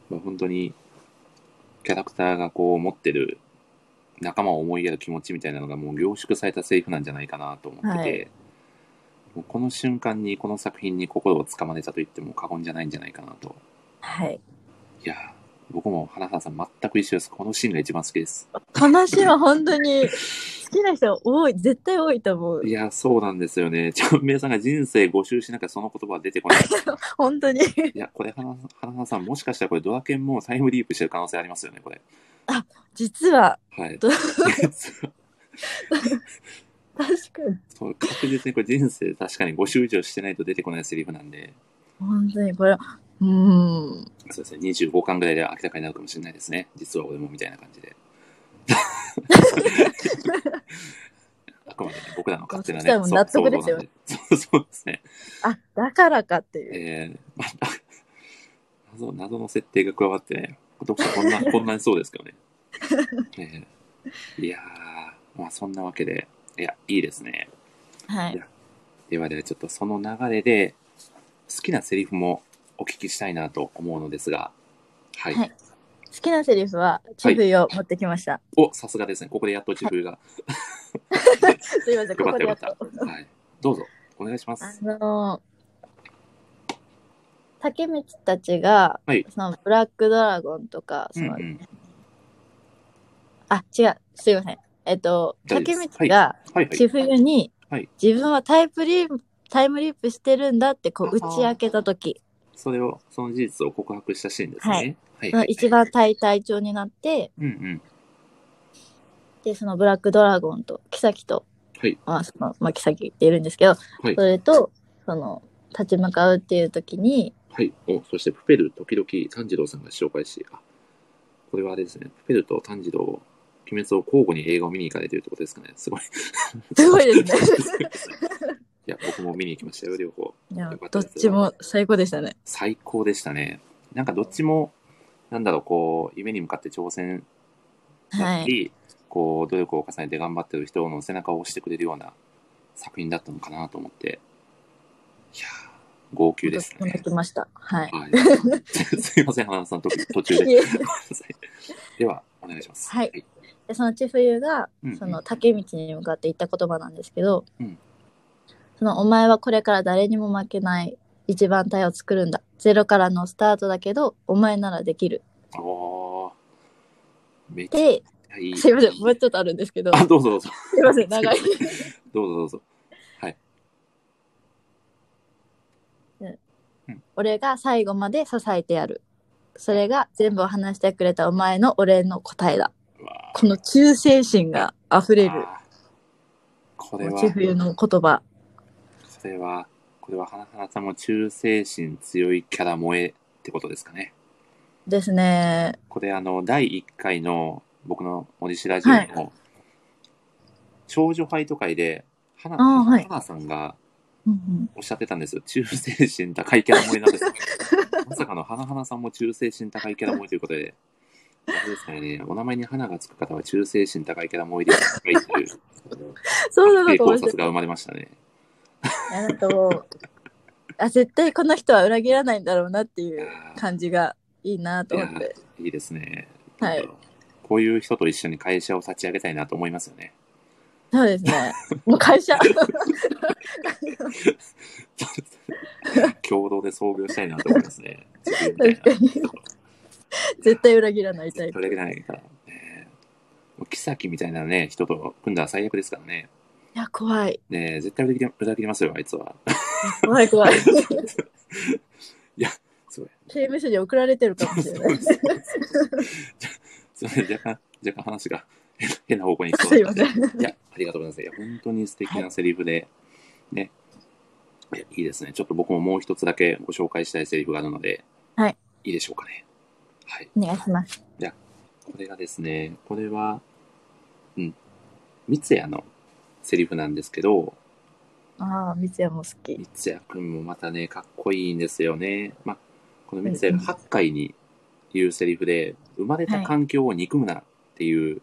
まあ、本当に、キャラクターがこう持ってる、仲間を思いやる気持ちみたいなのがもう凝縮されたセリフなんじゃないかなと思ってて、
はい
もうこの瞬間にこの作品に心をつかまれたと言っても過言じゃないんじゃないかなと。
はい。
いや、僕も花原さん全く一緒です。このシーンが一番好きです。
話は本当に好きな人多い、絶対多いと思う
い。や、そうなんですよね。ち ゃんめいさんが人生5周しなきゃその言葉は出て こない。
本当に。
いや、これ、花花花さん、もしかしたらこれ、ドアケンもタイムリープしてる可能性ありますよね、これ。
実は、
はい。
ど
そ
確かに。
う確実にこれ、人生確かに5周以上してないと出てこないセリフなんで、
本当にこれ、うーん。
そうですね、25巻ぐらいで明らかになるかもしれないですね。実は俺もみたいな感じ で。あくまで、ね、僕らの勝手なね、
そしたらもう納得ですよ
そうそうですね。
あ、だからかっていう。
えー、まあ、 謎謎の設定が加わってね、読者こんな、 こんなにそうですけどね。えーいやー、まあそんなわけで、いや、いいですね。
はい
や。ではではちょっとその流れで、好きなセリフもお聞きしたいなと思うのですが、はい。
はい好きなセリフは、チフを持ってきました。
お、さすがですね。ここでやっと自分が。
すいません、
よ
こ
かっ
こ
た
で
よか
やっ
った
と。。
はい。どうぞ、お願いしま
あ
す。
の竹光たちが、
はい
そのブラックドラゴンとか、
う
そ
んう
の
ん。
あ、違う、すいません。えっと、
大丈夫
竹
です
光が
はいはい。
千冬に
はい
自分はタイプリープタイムリープしてるんだってこう打ち明けた時
それを、その事実を告白したシーンです
は
ね。はい。
の一。番大隊長になって
うんうん。
でそのブラックドラゴンとキサキと、
はい
まあそのまあ、キサキっているんですけど、
はい
それとその立ち向かうっていう 時に
はい。お、そしてプペル、時々炭治郎さんが紹介し、あ、これはあれですね。プペルと炭治郎、鬼滅を交互に映画を見に行かれているってことですかね。すごい。
すごいですね
いや、僕も見に行きましたよ、両方。
いや
よかった
ど
で
っ
す
ちも最高でしたね
最高でしたね。なんかどっちも、なんだろう、こう、夢に向かって挑戦だ
は
っ
い
り、こう、努力を重ねて頑張ってる人の背中を押してくれるような作品だったのかなと思って。いやー、号泣です
驚
ね。
きましたはい
はい。すい ません、花田さん、途途中で。
いえ
ごめんなさいでは、お願いします。
はい でその千冬が
うんうん
その竹道に向かって言った言葉なんですけど、
うん
そのお前はこれから誰にも負けない一番隊を作るんだゼロからのスタートだけどお前ならできる
おーめっち
で
ゃいい。
すいませんもうちょっとあるんですけど
あ、どうぞどうぞ。
すいません長い
どうぞどうぞ。
俺が最後まで支えてやるそれが全部を話してくれたお前のお礼の答えだ
うわー
この忠誠心があふれる
あーこれは、
千冬の言葉
これは、これは、花々さんも忠誠心強いキャラ萌えってことですかね。
ですね
これ、あの、第1回の僕の森氏ラジオの、
は
少女ファイト会で、花
あーはい
花さんが
うんうん
おっしゃってたんですよ。忠誠心高いキャラ萌えなんですよ まさかの花々さんも忠誠心高いキャラ萌えということで、あれですからね、お名前に花がつく方は忠誠心高いキャラ萌えで高いという、
そうなの
成
かも
考
しれない
察が生まれましたね。
いやなんかもうあ絶対この人は裏切らないんだろうなっていう感じがいいなと思って
いいですね。
はい。
こういう人と一緒に会社を立ち上げたいなと思いますよね。
そうですねもう会社
共同で創業したいなと思いますね。自分み
確
た
か
い
に
な。
絶対裏切らないタイプ
取れないからね。もうキサキみたいなね、人と組んだら最悪ですからね。
いや怖い
ねえ絶対裏切り裏切りますよ、あいつは。
怖い 怖い
そう
刑務所に送られてるかもしれない
すいません、若干、若干話が 変な方向に行き
す
そう
い
だ
ま
っ
せ
た
ん
いや、ありがとうございます。いや、本当に素敵なセリフで、ね。えいいですね。ちょっと僕ももう一つだけご紹介したいセリフがあるので、
はい。
いいでしょうかね。はい。
お願いします。
これがですね、これは、うん。三ツ矢のセリフなんですけど、
ああ、三ツ矢も好き。
三ツ矢くんもまたね、かっこいいんですよね。まあ、この三ツ矢が8回に言うセリフで、生まれた環境を憎むなっていう、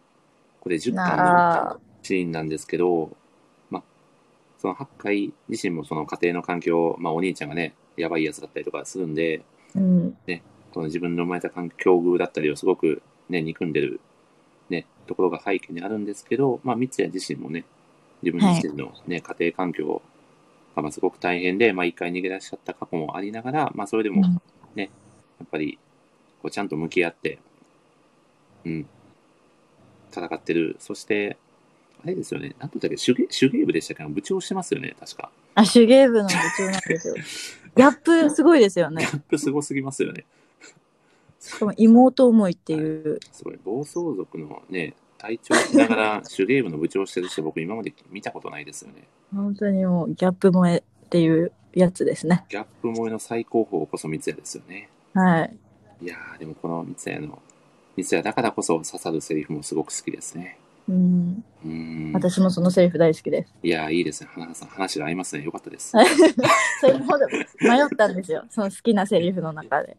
これ10巻
あ
のシーンなんですけど、まあ、その8回自身もその家庭の環境、まあお兄ちゃんがね、やばいやつだったりとかするんで、
うん。
その自分の生まれた環境遇だったりをすごくね、憎んでる、ね、ところが背景にあるんですけど、まあ、三ツ矢自身もね、自分自身のね、家庭環境がまあすごく大変で、まあ、一回逃げ出しちゃった過去もありながら、まあ、それでも
うん
ね、やっぱり、こう、ちゃんと向き合って、うん、戦ってる。そして、あれですよね、なんとだっけ、手芸手芸部でしたっけ部長してますよね、確か。
あ、手芸部の部長なんですよ。ギャップすごいですよね。
ギャップすごすぎますよね。
しかも妹思いっていう。
すごい暴走族のね隊長しながら手芸部の部長してる人 僕今まで見たことないですよね
本当にもうギャップ萌えっていうやつですね。
ギャップ萌えの最高峰こそ三ツ矢ですよね
はい。
いやーでもこの三ツ矢の三ツ矢だからこそ刺さるセリフもすごく好きですね
うん。
うーん
私もそのセリフ大好きです。
いやーいいですね花さん話が合いますねよかったです
それほど迷ったんですよ。 その好きなセリフの中で。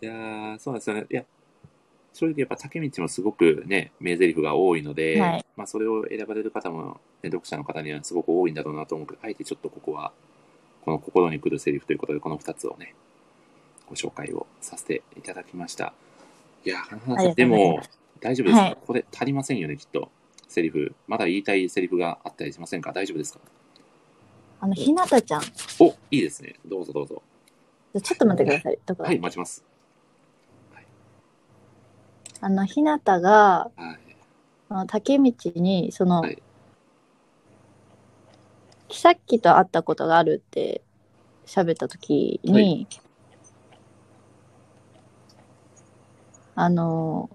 いやーそうなんですよねいや正直やっぱ竹道もすごくね名台詞が多いので、
はい
まあ、それを選ばれる方も、ね、読者の方にはすごく多いんだろうなと思うけどあえてちょっとここはこの心に来るセリフということでこの2つをねご紹介をさせていただきましたいやー花原
あ
さ
り
ん
がと
で
うござい
も
ま
大丈夫ですか、
はい
これ足りませんよねきっとセリフまだ言いたいセリフがあったりしませんか大丈夫ですか
あの、ひなたちゃん。ち
おいいですねどうぞどうぞ
ょっと待ってください。どこだ
はい待ちます
あの、ひなたが、
はい
あの竹道に、その、
はい
キサキと会ったことがあるって喋った時に、
はい
あの、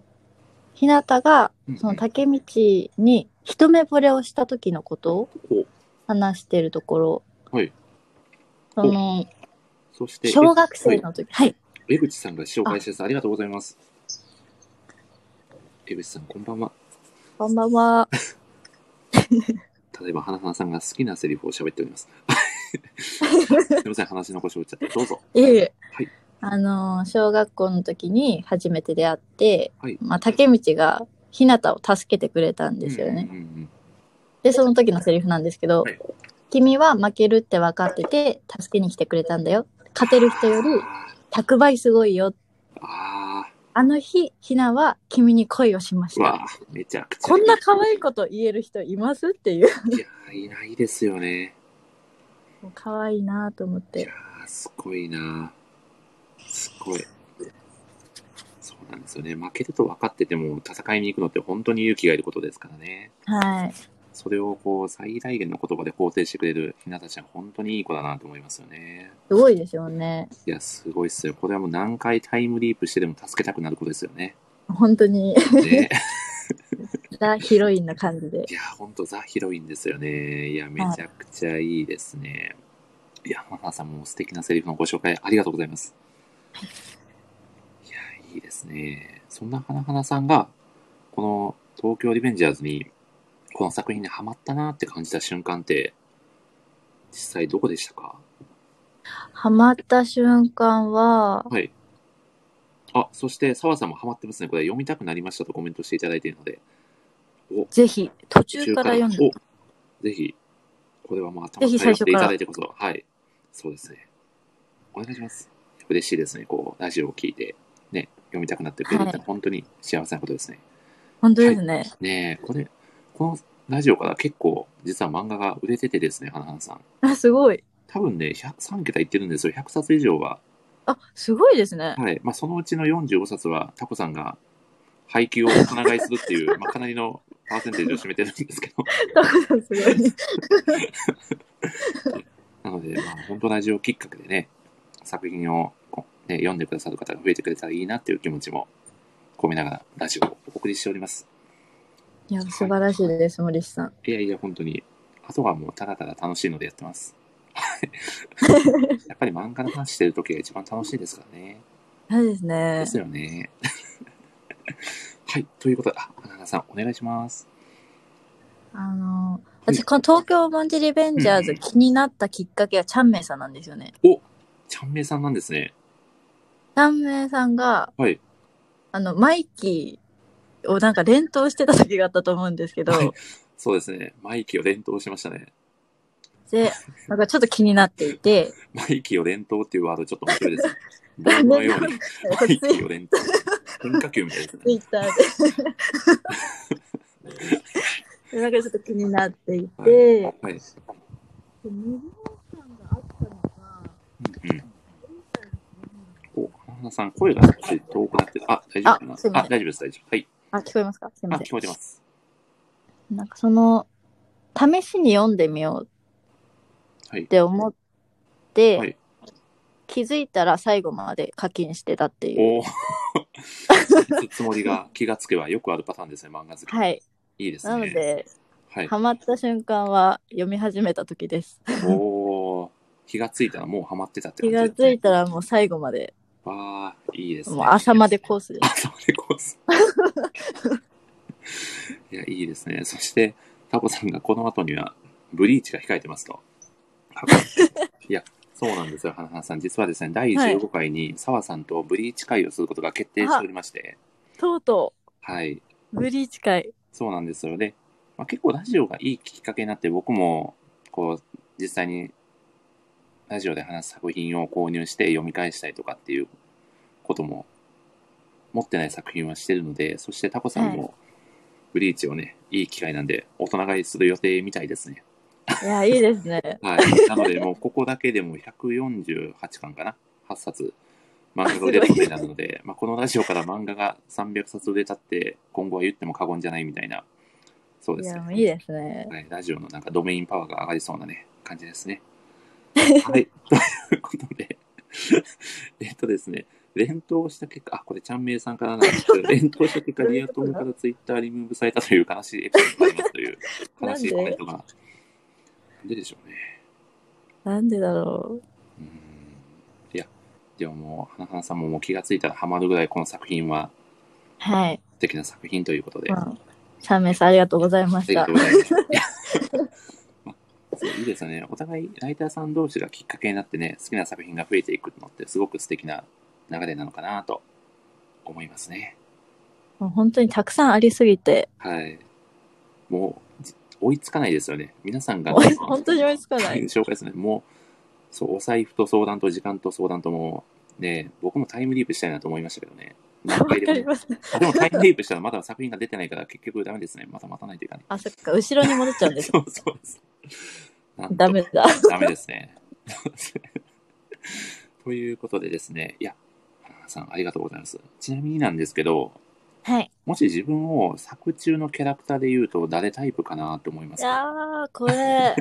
ひなたが、
うん
その竹道に一目惚れをした時のことを
お
話してるところ、
はい
その、
そして
小学生の時、はい、
江口さんが紹介してさ、ありがとうございます。江口さん、こんばんは。
こんばん は。
ただいま、花花さんが好きなセリフを喋っており ます。すみません、話の腰折っちゃって。どうぞ。
いえいえ
はい
あの小学校の時に初めて出会って、
はい
まあ、竹道がひなたを助けてくれたんですよね。
うんうんうん
でその時のセリフなんですけど「
はい
君は負けるって分かってて助けに来てくれたんだよ勝てる人より100倍すごいよ
あ
あの日ひなは君に恋をしまし
ー、うわ
た」
ーめちゃくちゃ。
こんな可愛いこと言える人いますっていう
い やー、いないですよね。
もう可愛いなと思っ
いや
て
ー、すごいなーすごい。そうなんですよね。負けると分かってても、戦いに行くのって本当に勇気がいることですからね。
はい
それをこう、最大限の言葉で肯定してくれるひなたちゃん、本当にいい子だなと思いますよね。
すごいですよね
いや、すごいっすよ。これはもう何回タイムリープしてでも助けたくなることですよね。
本当に
ね。
ザ・ヒロインな感じで
いや、ほんとザ・ヒロインですよね。いや、めちゃくちゃいいですね。いや、ママさんも素敵なセリフのご紹介ありがとうございます。いや、いいですね。そんな花々さんが、この東京リベンジャーズに、この作品にハマったなって感じた瞬間って、実際どこでしたか
ハマった瞬間は、
はい。あ、そして、澤さんもハマってますね。これ、読みたくなりましたとコメントしていただいているので、
ぜひ、途中から読んで、
おぜひ、これはもう頭
ぜひ
使
最
っ
初
て
か
い
ら
ただいてこそ、はい。そうですね。お願いします。嬉しいですね。こう、ラジオを聞いて、ね、読みたくなってくれるって、
は
本当に幸せなことですね。
本当ですね。
ねえ、これ、このラジオから結構、実は漫画が売れててですね、はなはなさん。
あ、 すごい。
多分ね、100 3桁いってるんですよ。100冊以上は。
あ、すごいですね。
はい。まあ、そのうちの45冊は、タコさんが配給をお願いするっていう、まあ、かなりのパーセンテージを占めてるんですけど。
すご い。
なので、まあ、本当ラジオきっかけでね、作品をこう、ね、読んでくださる方が増えてくれたらいいなっていう気持ちも込めながらラジオをお送りしております。
いや、素晴らしいです、森氏さん。
いやいや、本当に。あとはもうただただ楽しいのでやってます。やっぱり漫画の話してる時が一番楽しいですからね。
そうですね
ですよね。はい。ということで、あ、花々さん、お願いします。
あの
はい
私この東京モンジリベンジャーズ
うん
気になったきっかけはチャンメイさんなんですよね
おちゃんめいさんなんですね。
チャンメイさんが
はい。
あのマイキーをなんか連投してた時があったと思うんですけど、
はいそうですね。マイキーを連投しましたね。
でなんかちょっと気になっていて
マイキーを連投っていうワードちょっと面白い ですね。ボールのように、マイキーを連投。変化球みたいです
ツイ
ね。
ッターで。 なんかちょっと気になっていて、
はい。うん
で二号館があったのが、
うん。お、花々さん、声が少し遠くなってる。あ、大丈夫かな
あすいま
あ
せん
大丈夫です、大丈夫。はい。
あ、聞こえますかすい
あ、
ま
聞
せ
こえてます。
ん。なんかその、試しに読んでみよう
はい
っ。て思って、
はい
気づいたら最後まで課金してたっていう。
おお。つもりが気がつけばよくあるパターンですね、漫画好き。
は。い。
いいですね。
なので、
はい。
ハマった瞬間は読み始めた 時です。
おお。気がついたらもうハマってたって
気
感じ、
がついたらもう最後まで、
た。わあ、いいですね。
もう朝までコースで。
朝までコース。 いや、いいですね。そして、タコさんがこの後には、ブリーチが控えてますと。いや、そうなんですよ、花々さん。実はですね、第15回に澤さんとブリーチ会をすることが決定しておりまして、
とうと
はい。
う、ブリーチ会。
そうなんですよね。まあ、結構ラジオがいいきっかけになって、僕も、こう、実際に、ラジオで話す作品を購入して読み返したりとかっていうことも、持ってない作品はしてるので、そしてタコさん
は
も、ブリーチをね、いい機会なんで、大人買いする予定みたいですね。
いや、いいですね。
はい。なので、もうここだけでも148巻かな ?8 冊。漫画が売れることになるので、まあ、このラジオから漫画が300冊売れたって、今後は言っても過言じゃないみたいな、そうで
い
す
や、
ね。
もういいですね。
はい、ラジオのなんかドメインパワーが上がりそうなね、感じです ね。はい。ということで、えっとですね、連投した結果、あ、これ、ちゃんめいさんからなんです けど、連投した結果、リア友からツイッターリムーブされたという悲しいエピソードがありますという、悲しいコメントが。なんででしょうね。
なんでだろ
うーんいや、でももう、花々さんももう気がついたらハマるぐらい、この作品は
う。はい。
素敵な作品ということで。
まあ、シャーメイさんありがとうございま
あ
し
りが
た
とう。ございます。 まあそういいですよね。お互いライターさん同士がきっかけになってね、好きな作品が増えていくのってすごく素敵な流れなのかなと思いますね。
もう本当にたくさんありすぎて、
はい。もう、じ追いつかないですよね。皆さんが、
もう本当に追いつかな
はい
い。
紹介するね。もう、そう、お財布と相談と時間と相談ともう、ね、僕もタイムリープしたいなと思いましたけどね。
わ
何
か
回で
り
も。
ます。
あでもタイムリープしたらまだ作品が出てないから結局ダメですね。また待たないといかない。
あ、そっか、後ろに戻っちゃうんです。
そうそうです。なんと
ダメだ。
ダメですね。 ということでですね、いや、花々さんありがとうございます。ちなみになんですけど、
はい。
もし自分を作中のキャラクターで言うと誰タイプかなと思いま
い
すか
やー、これ、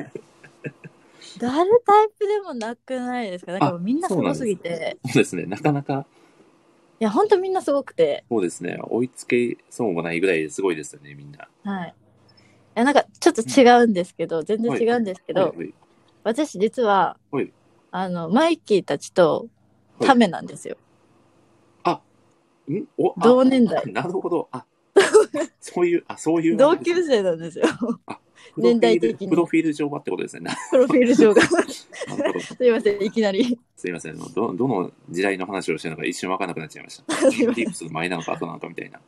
誰タイプでもなくないですかなんかもうみんなすごすぎて。
そうですね、なかなか、
いや、本当みんなすごくて。
そうですね、追いつけそうもないぐらいすごいですよね、みんな。
はい。いや、なんかちょっと違うんですけど、全然違うんですけど、
はいはい
私実は
はい、
あの、マイキーたちと、
はい
ためなんですよ。
んおあ
同年代
なるほど。 あ、そういう、あ、そういう。
同級生なんですよ。
プロフィール
年代的に
プロフィール上はってことですね。
プロフィール上が。
な るほど。
すいません、いきなり。
すいません。あのど、どの時代の話をしてるのか一瞬わからなくなっちゃいま した。
すいませ
ディ
ん
ープスの前なのか後なのかみたいな。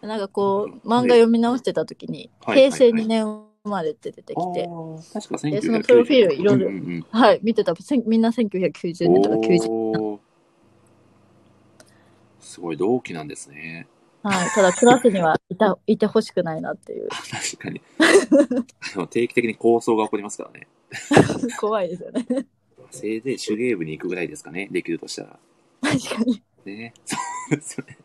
なんかこう、漫画読み直してた時に、
はいはい
平成2年生まれって出て
あ
きて、
ー確か
で
1990
そのプロフィールいろいろ
うんうん
はい、見てた、せんみんな1990
うん
年とか90
おーすごい同期なんですね。
はい、ただクラスにはいた、 いてほしくないなっていう、
確かに。あの定期的に構想が起こりますからね。
怖いですよね。
せいぜい手芸部に行くぐらいですかね、できるとしたら。
確かに。
ね。 そうですよね。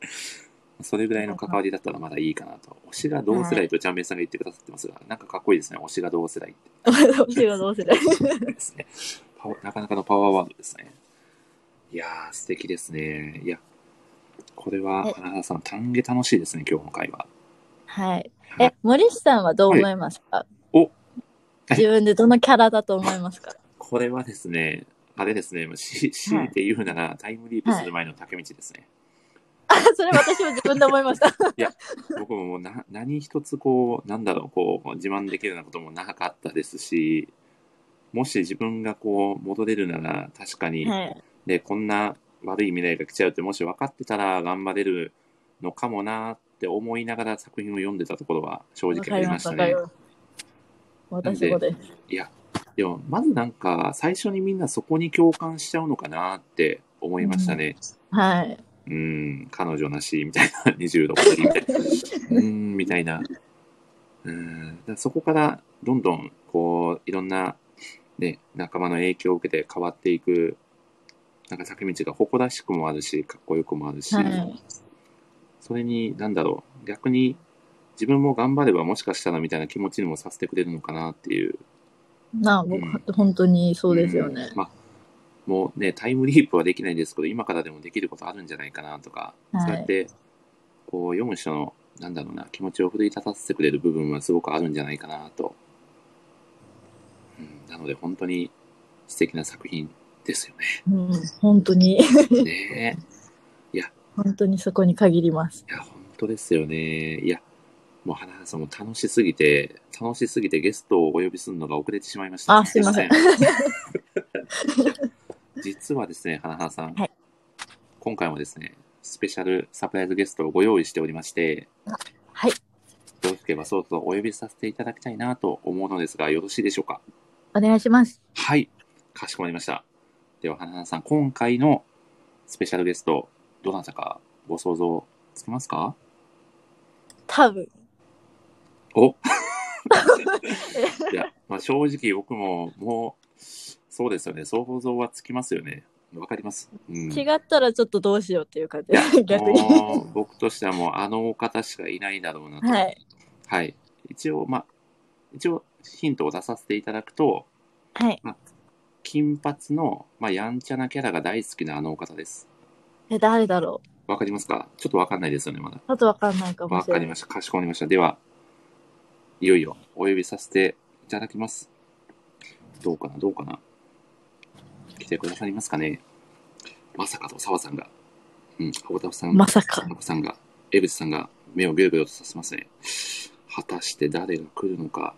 それぐらいの関わりだったらまだいいかなと。推しが同世代とちゃんめいさんが言ってくださってますが、なんかかっこいいですね。推しが同世代って。
私はどうせだ。
ですね。パワなかなかのパワーワードですね。いやー、素敵ですね。いや、これは、
え
花田さん、単げ楽しいですね、今日の会話。
はい。
は
え
い、、
森下さんはどう思いますか、
お
自分でどのキャラだと思いますか
ここれはですね、あれですね、もうし強いて言うなら、タイムリープする前の竹道ですね。
あ、それ私も自分で思 いました。
僕ももうな何一つこう、なんだろう、こう、自慢できるようなこともなかったですし、もし自分がこう、戻れるなら、確かに、
はい。
で、こんな悪い未来が来ちゃうって、もし分かってたら頑張れるのかもなーって思いながら作品を読んでたところは正
わ
直
か
あ
り
りま
ま
し
す、
た
わか
ね
り。ます。私もです。
いや、でも、まずなんか、最初にみんなそこに共感しちゃうのかなって思いましたね。
はい。
うん、彼女なし、みたいな、26歳みたいな、うーん、みたいな。うん、だからそこから、どんどん、こう、いろんな、ね、仲間の影響を受けて変わっていく、なんか、作道が誇らしくもあるし、かっこよくもあるし、
はい
それに、なんだろう、逆に、自分も頑張ればもしかしたらみたいな気持ちにもさせてくれるのかなっていう
なあ、僕、本当にそうですよね
うん。まあ、もうね、タイムリープはできないんですけど、今からでもできることあるんじゃないかなとか、
はい
そうやって、こう、読む人の、なんだろうな、気持ちを奮い立たせてくれる部分はすごくあるんじゃないかなと。うん、なので、本当に素敵な作品ですよ
うん、本当に、
ね。ねえ
本当にそこに限ります。
いや、本当ですよね。いや、もう花原さんも楽しすぎて、楽しすぎてゲストをお呼びするのが遅れてしまいました。
あすいません。
実はですね、花原さん、
はい
今回もですね、スペシャルサプライズゲストをご用意しておりまして、
はい。
どうすればそうとお呼びさせていただきたいなと思うのですが、よろしいでしょうか。
お願いします。
はい、かしこまりました。では、花原さん、今回のスペシャルゲスト、どなたかご想像つきますか
多分。
おいや、まあ、正直僕ももう、そうですよね、想像はつきますよね。わかります。うん
違ったらちょっとどうしようっていう感じ
いや
で 逆に。
もう僕としてはもうあのお方しかいないだろうなと。
はい。
はい一応、まあ、一応ヒントを出させていただくと、
はい。
金髪の、まあ、やんちゃなキャラが大好きなあのお方です。
え、誰だろう
わかりますかちょっとわかんないですよね、まだ。
ちょっとわかんないかも
わ
し
か
れな
り
い。
ました。かしこまりました。では、いよいよお呼びさせていただきます。どうかな、どうかな。来てくださりますかね。まさかと澤さんが、うん、青田さん
まさか。
田中さんが、江口さんが目をぐるぐるとさせますね。果たして誰が来るのか。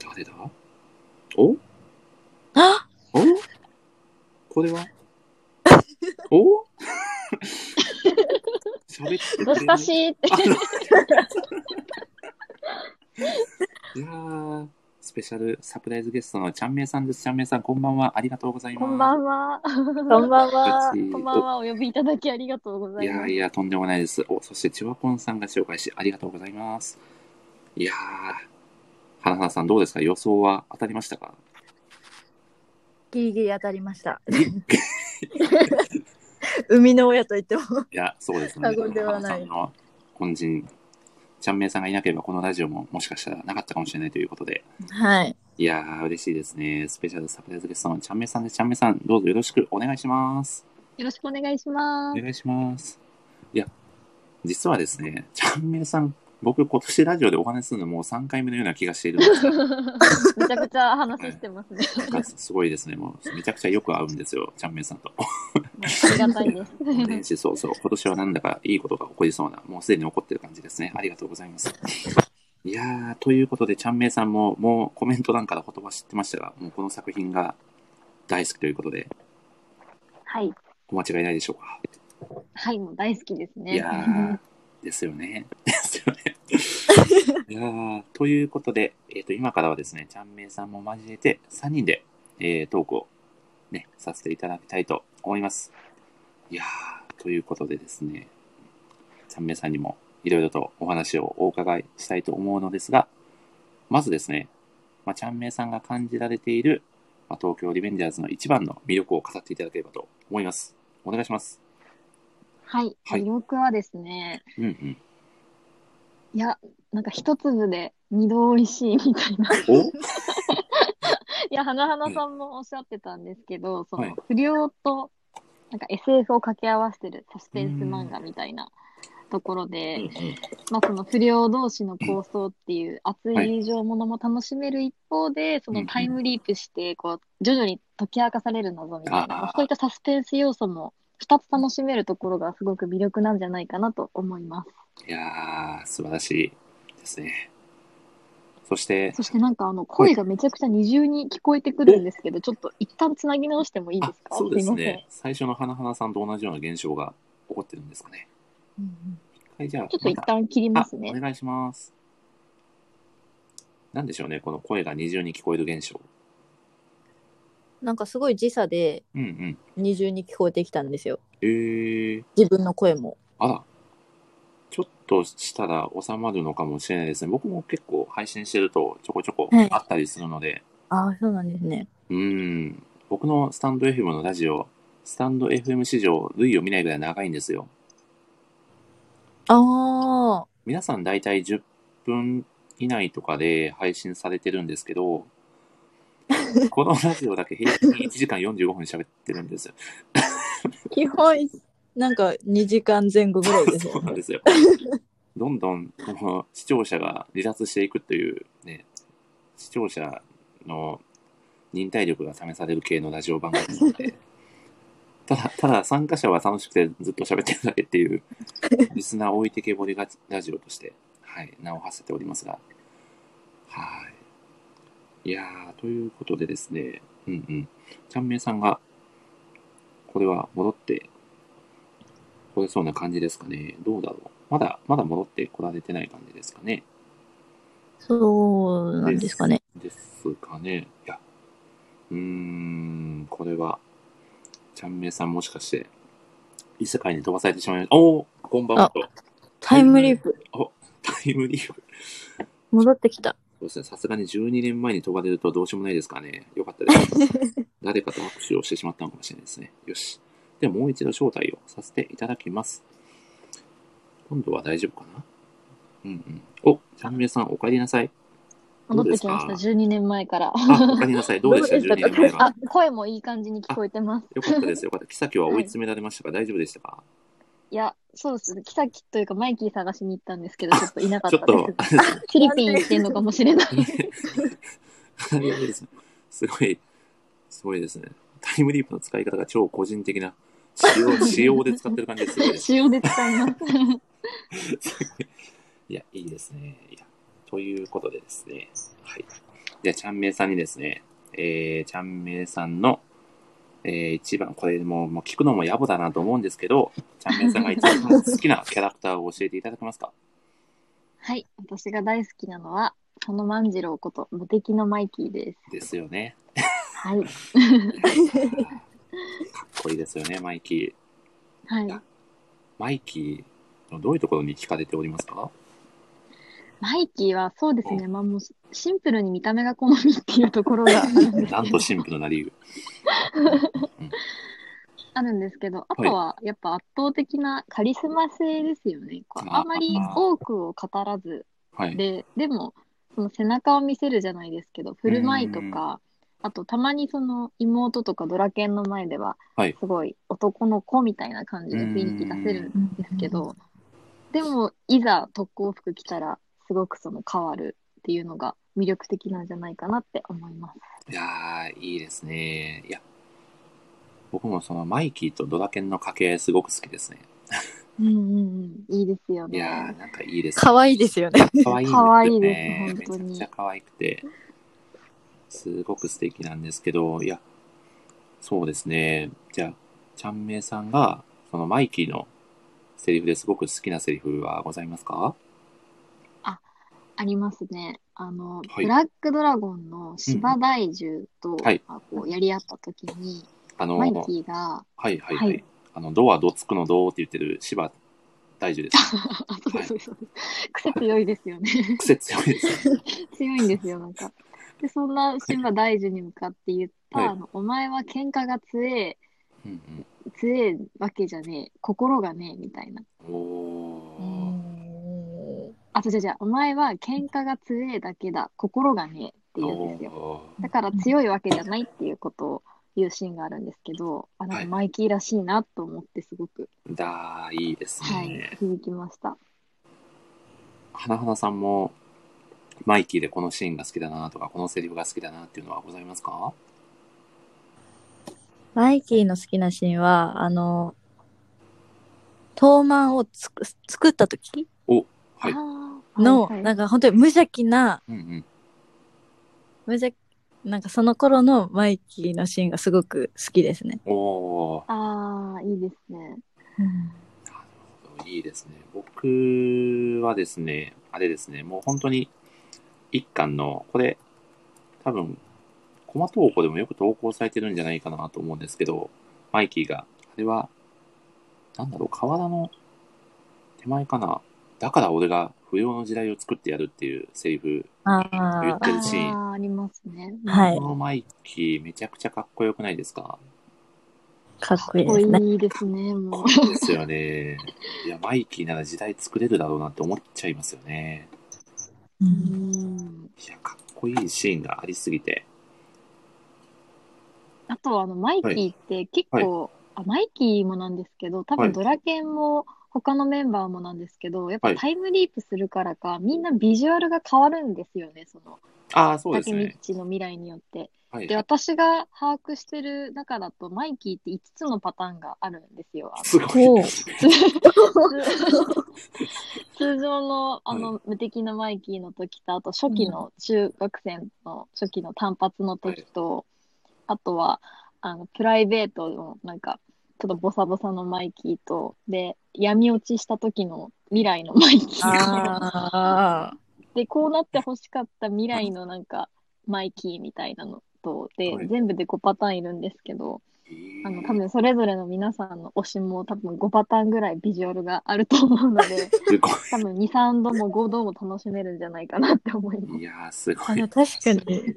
誰だお
あ
おこ れはお 喋ってくれな
難
い
しいって。
あのいやースペシャルサプライズゲストのちゃんめいさんです。ちゃんめいさん、こんばんは。ありがとうございます。
こんばんは。
こんばんは。
こ
こんばんは。お呼びいただきありがとうござ
い
い
や
ま
ー
す
い。や、とんでもないです。お、そして、ちわぽんさんが紹介し、ありがとうございます。いやー、花々さん、どうですか予想は当たりましたか
ギリギリ当たり ました。生みの親と言っても。
いや、そうですね。
過言ではない
花々さんの恩人、ちゃんめいさんがいなければ、このラジオももしかしたらなかったかもしれないということで。
はい。
いやー、嬉しいですね。スペシャルサプライズゲストのちゃんめいさんです。ちゃんめいさん、どうぞよろしくお願いします。
よろしくお願いしま
お
す。
願いします。いや、実はですね、ちゃんめいさん、僕、今年ラジオでお話しするのもう3回目のような気がしているんです が
めちゃくちゃ話してますね。
なんかすごいですね。もうめちゃくちゃよく合うんですよ、ちゃんめいさんと。
ありがたいです。
年始早々、今年はなんだかいいことが起こりそうな、もうすでに起こってる感じですね。ありがとうございます。いやー、ということで、ちゃんめいさんも、もうコメント欄から言葉知ってましたが、もうこの作品が大好きということで、
はい。
お間違いないでしょうか。
はい、もう大好きですね。
いやー、ですよね。ですよね。いやー、ということで、えっ、と、今からはですね、ちゃんめいさんも交えて、3人で、えー、トークをね、させていただきたいと思います。いやー、ということでですね、ちゃんめいさんにもいろいろとお話をお伺いしたいと思うのですが、まずですね、まあ、ちゃんめいさんが感じられている、まあ、東京リベンジャーズの一番の魅力を語っていただければと思います。お願いします。
はい。
はい
魅力はですね、
うんうん。
いや、なんか一粒で二度美味しいみたいな。 い
お
や、花々さんもおっしゃってたんですけど、そ
はい
の不良と、なんか SF を掛け合わせてるサスペンス漫画みたいなところで、
うんうん
まあ、その不良同士の構想っていう熱い友情ものも楽しめる一方で、そのタイムリープしてこう徐々に解き明かされる謎みたいな、
あー
まあそういったサスペンス要素も2つ楽しめるところがすごく魅力なんじゃないかなと思います。
いやー、素晴らしいですね。そして、
そしてなんかあの声がめちゃくちゃ二重に聞こえてくるんですけど、ちょっと一旦つなぎ直してもいいです
あ
か
そうです
いません
ね。最初の花々さんと同じような現象が起こってるんですかね。はい、じゃあ、
ちょっと一
また
旦切りますね
あお。願いします。なんでしょうね、この声が二重に聞こえる現象。
なんかすごい時差で
うんうん。
二重に聞こえてきたんですよ。
えー、
自分の声も。
あら。ちょっとしたら収まるのかもしれないですね。僕も結構配信してるとちょこちょこ
はい
あったりするので、
ああ、そうなんですね。
うん。僕のスタンド FM のラジオ、スタンド FM 史上類を見ないぐらい長いんですよ。
ああ、
皆さん大体10分以内とかで配信されてるんですけど、このラジオだけ平均1時間45分喋ってるんですよ。
基本、なんか2時間前後ぐらいです
そ
よ
うなん
ね。
ですよ。どんどんこの視聴者が離脱していくというね、視聴者の忍耐力が試される系のラジオ番組なので、ただ、ただ参加者は楽しくてずっと喋ってるだけっていう、リスナー置いてけぼりがラジオとして、はい、名を馳せておりますが、はい。いやー、ということでですね、うんうん。ちゃんめいさんが、これは戻って来れそうな感じですかね。どうだろう。まだ、まだ戻ってこられてない感じですかね。
そうなんですかね。
ですかね。いや。うーん、これは、ちゃんめいさんもしかして、異世界に飛ばされてしまいました。おおこんばんはと。
タイムリープ、
タイムリープ。
戻ってきた。
そうですね。さすがに12年前に飛ばれるとどうしようもないですからね。よかったです。 誰かと握手をしてしまったのかもしれないですね。よし。ではもう一度招待をさせていただきます。今度は大丈夫かなうんうん。お、ちゃんめいさん、お帰りなさ い。どう
戻っ
で
て
す
き
か
ました、12年前から。
あ、お帰りなさい。どうでした ?12 年前は
あ。、声もいい感じに聞こえてます。
よかったですよかった。キサキは追い詰められましたが、大丈夫でしたか
いや、そうですね。キサキというかマイキー探しに行ったんですけど、ちょっといなかっ
ちょ
た
っと
で、
あれ です
す。フィリピン行ってんのかもしれない。
ねあれですね。すごい、すごいですね。タイムリープの使い方が超個人的な、使用、使用で使ってる感じですごいです。
塩で使います。
いや、いいですね。いや、ということでですね。はい。じゃあ、ちゃんめいさんにですね、えー、ちゃんめいさんの、えー、一番、これもう、もう聞くのも野暮だなと思うんですけど、ちゃんめいさんが一番好きなキャラクターを教えていただけますか
はい。私が大好きなのは、佐野万次郎こと無敵のマイキーです。
ですよね。
はい。
かっこいいですよね、マイキー。
はい。
マイキーのどういうところに惹かれておりますか
マイキーは、そうですね。まあ、もう、シンプルに見た目が好みっていうところ があるんです
なんとシンプルな理由。
あるんですけど、あとはやっぱ圧倒的なカリスマ性ですよね。こう
あ
あまり多くを語らず
はい。
で、でもその背中を見せるじゃないですけど、振る舞いとか、あとたまにその妹とかドラケンの前では
はい、
すごい男の子みたいな感じの雰囲気出せるんですけど、でもいざ特攻服着たらすごくその変わるっていうのが魅力的なんじゃないかなって思います。
いやー、いいですね。いや、僕もそのマイキーとドラケンの掛け合いすごく好きですね。
うんうんうん、いいですよ
い
ね。
やー、なんかいいですね。
可愛いですよね。
かわいいん
可愛い
で
です
すよ
本当
ね。
に
めちゃくちゃ可愛くて、すごく素敵なんですけど、いや、そうですね。じゃあ、ちゃんめいさんが、そのマイキーのセリフですごく好きなセリフはございますか
ありますね。あの、
はい
ブラックドラゴンの芝大獣と、
はい
あこうやり合った時に、
あの、は
マ
い
イキーが、
はいはい。
はい
あの、ドアどつくのどうって言ってる芝大樹です。
あ、そうそうそう。癖強いですよね。
癖強いですね。
強いんですよ、なんか。で、そんな芝大獣に向かって言った、
はい
あの、お前は喧嘩が強え、
うん
強えわけじゃねえ、心がねえ、みたいな。
うん。おー。
あ、違う違う、お前は喧嘩が強えだけだ、心がねえって言うんですよ。
おー
だから強いわけじゃないっていうことを言うシーンがあるんですけど、あ、な
は
んか
い
マイキーらしいなと思ってすごく
だ。いいですね。
はい、響きました。
花々さんもマイキーでこのシーンが好きだなとかこのセリフが好きだなっていうのはございますか
マイキーの好きなシーンは、あの、東満をつく作った時
はい
あー
の、
はいは
ないんか本当に無邪気な、
うんうん
無邪なんかその頃のマイキーのシーンがすごく好きですね。
おお
あー、いいですね。
ーいいですね僕はですねあれですねもう本当に一巻のこれ多分コマ投稿でもよく投稿されてるんじゃないかなと思うんですけどマイキーがあれはなんだろう河原の手前かなだから俺が不要の時代を作ってやるっていうセリフ
あ
言っ
あ
てるシーン
あー、ありますね。
はい
このマイキーめちゃくちゃかっこよくないですか
かっこいい
かっ
ですね。
こいいですね、もう
こ。れですよね。いや、マイキーなら時代作れるだろうなって思っちゃいますよね。
う
うんん
いや、かっこいいシーンがありすぎて。
あと、あの、マイキーって結構、あ、マイキーもなんですけど、多
はい
分ドラケンも他のメンバーもなんですけど、やっ
は
ぱ
い
タイムリープするからか、みんなビジュアルが変わるんですよね、その、
ああ、そうです
竹道
ね。
の未来によって。
はい
で、。私が把握してる中だと、マイキーって5つのパターンがあるんですよ。あの
すご
お
い。
ー
通常のあの、
は
無敵のマイキーの時とあと初期の中学生の初期の単発の時と、あとはあのプライベートのなんかちょっとボサボサのマイキーとで闇落ちした時の未来のマイキー
あー
でこうなってほしかった未来のなんかマイキーみたいなのとで、
はい
全部で5パターンいるんですけどあの多分それぞれの皆さんの推しも多分5パターンぐらいビジュアルがあると思うので。
すご
多分2、3度も5度も楽しめるんじゃないかなって思いま
い。いやー、すご
あ
い。
の確かに。
確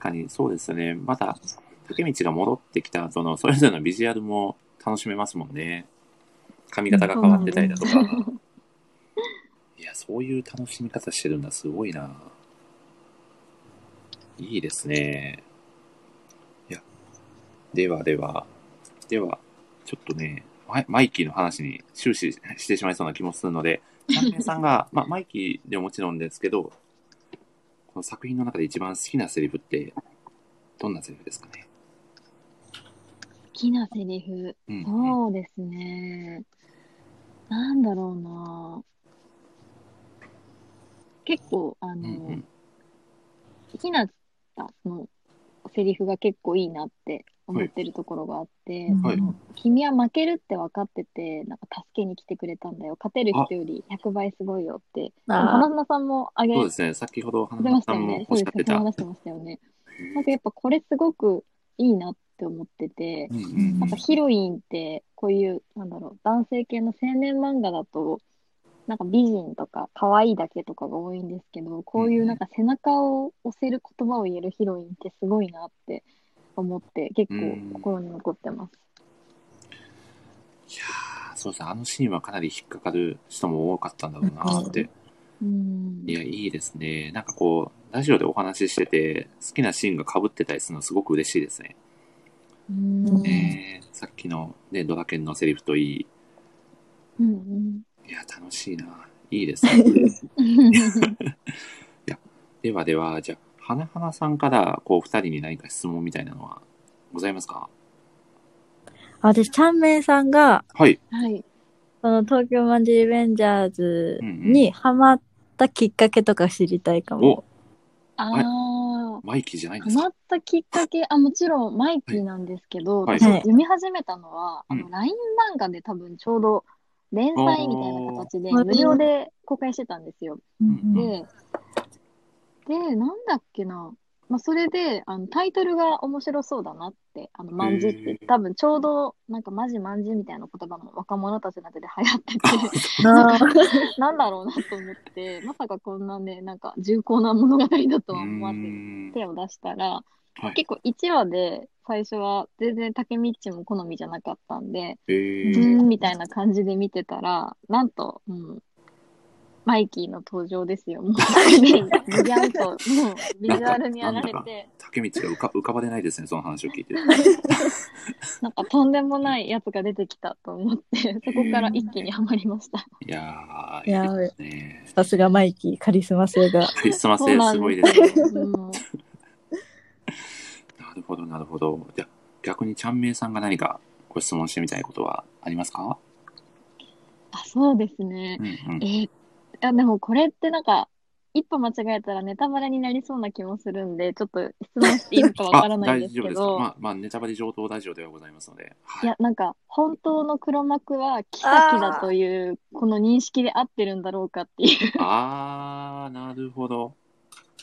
かに、そうですね。また、竹道が戻ってきた後の、それぞれのビジュアルも楽しめますもんね。髪型が変わってたりだとか。 いや、そういう楽しみ方してるんだ。すごいな。いいですね。いや、ではでは、では、ちょっとね、マイマイキーの話に終始してしまいそうな気もするので、チャンネルさんが、まあ、マイキーでももちろんですけど、この作品の中で一番好きなセリフって、どんなセリフですかね。
好きなセリフ。
うん。
そうですね。なんだろうな。結構、あ
う
の、
んうん。
ひなたのセリフが結構いいなって思ってるところがあって、
はい
君は負けるって分かってて、なんか助けに来てくれたんだよ。勝てる人より100倍すごいよって。花
あ
砂さんもあげ
そう
て
ですね。先ほど花田
まし
さ
たよ
んも
ね。
お
そ
っし
う
ゃ
です
って
ね。
た。
話してましたよね。なんか
へ
やっぱこれすごくいいなって思ってて
ー、うんうんう
や
ん
っぱヒロインってこういう、なんだろう、男性系の青年漫画だと、なんか美人とか可愛いだけとかが多いんですけど、こういうなんか背中を押せる言葉を言えるヒロインってすごいなって思って、結
うん
構心に残ってます。
いやーそうですね。あのシーンはかなり引っかかる人も多かったんだろうなって。
うん
い。や、いいですね。なんかこう、ラジオでお話ししてて、好きなシーンが被ってたりするのすごく嬉しいですね。
うん
ねえさっきのね、ドラケンのセリフとい
うん
い。いや、楽しいな。いいです ね。
うん。
ではでは、じゃあ、花々さんから、こう、二人に何か質問みたいなのはございますか
あ。私、チャンメイさんが、
はい。
はい。
その東京マンジリベンジャーズにハマったきっかけとか知りたいか
お
も。、
ああ、
マイキーじゃないんで
ハ
すか
マったきっかけ、あ、もちろんマイキーなんですけど、
はい
私
はい
読み始めたのは、あ
う
の、LINE 漫画で多分ちょうど連載みたいな形で、
あー
無料で公開してたんですよ。
うん
で、で、なんだっけな。まあ、それで、あの、タイトルが面白そうだなって、あの、まんじっ
へ
て
ー、
多分ちょうど、なんかマジまんじみたいな言葉も若者たちの中で流行ってて、
あー
なんだろうなと思って、まさかこんなね、なんか重厚な物語だとは思わず、
ん
手を出したら、
はい
結構1話で最初は全然タケミッチも好みじゃなかったんで、
え
う
ー
ーんみたいな感じで見てたら、なんと、うん、マイキーの登場ですよ。もう、ビギャンと、もう、ビジュアルにやられ
なん
て、
竹道が浮か浮かばれないですね、その話を聞い て。
なんかとんでもないやつが出てきたと思って、そこから一気にハマりました。
いやー、
いやー
いいですね。
さすがマイキー、カリスマ性が。
クリスマス
そう
性
な
す
ん
ごい
で
ですす
よ
ね。
もう
なるほど、なるほど。じゃあ逆にちゃんめいさんが何かご質問してみたいことはありますか
あ、そうですね
う。んうん
え。ーいや、でもこれってなんか、一歩間違えたらネタバレになりそうな気もするんで、ちょっと質問していいのかわ
あ
からないんですけ
大丈夫で
ど
すか、まあ、まあ、ネタバレ上等ラジオではございますので。はい
や、なんか、本当の黒幕はキサキだという、この認識で合ってるんだろうかっていう。
あー、なるほど。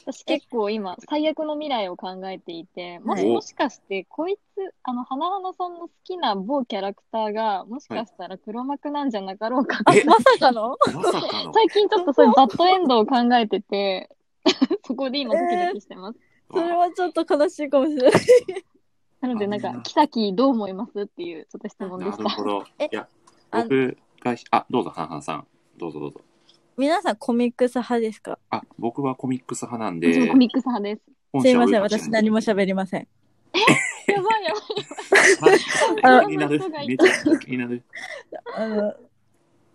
私結構今、最悪の未来を考えていて、もし
はい
もしかして、こいつ、あの、花々さんの好きな某キャラクターが、もしかしたら黒幕なんじゃなかろうかって
え、
まさかの
まさか の。
最近ちょっとそういうバッドエンドを考えてて、 そこで今ドキドキしてます。
それはちょっと悲しいかもしれない。
なので、なんか、キサキどう思いますっていう、ちょっと質問で
な
し
るほ
た。
ど。い
え
や、
あ
僕が、あ、どうぞ、はんはんさん。どうぞどうぞ。
皆さんコミックス派ですか
あ、僕はコミックス派なん
私も
で
コ、ミックス派です。
すいません、私何も
喋
喋りません。
やばいやばい。
ない。気になる。
あの
めちゃくちゃ気になる。
あの、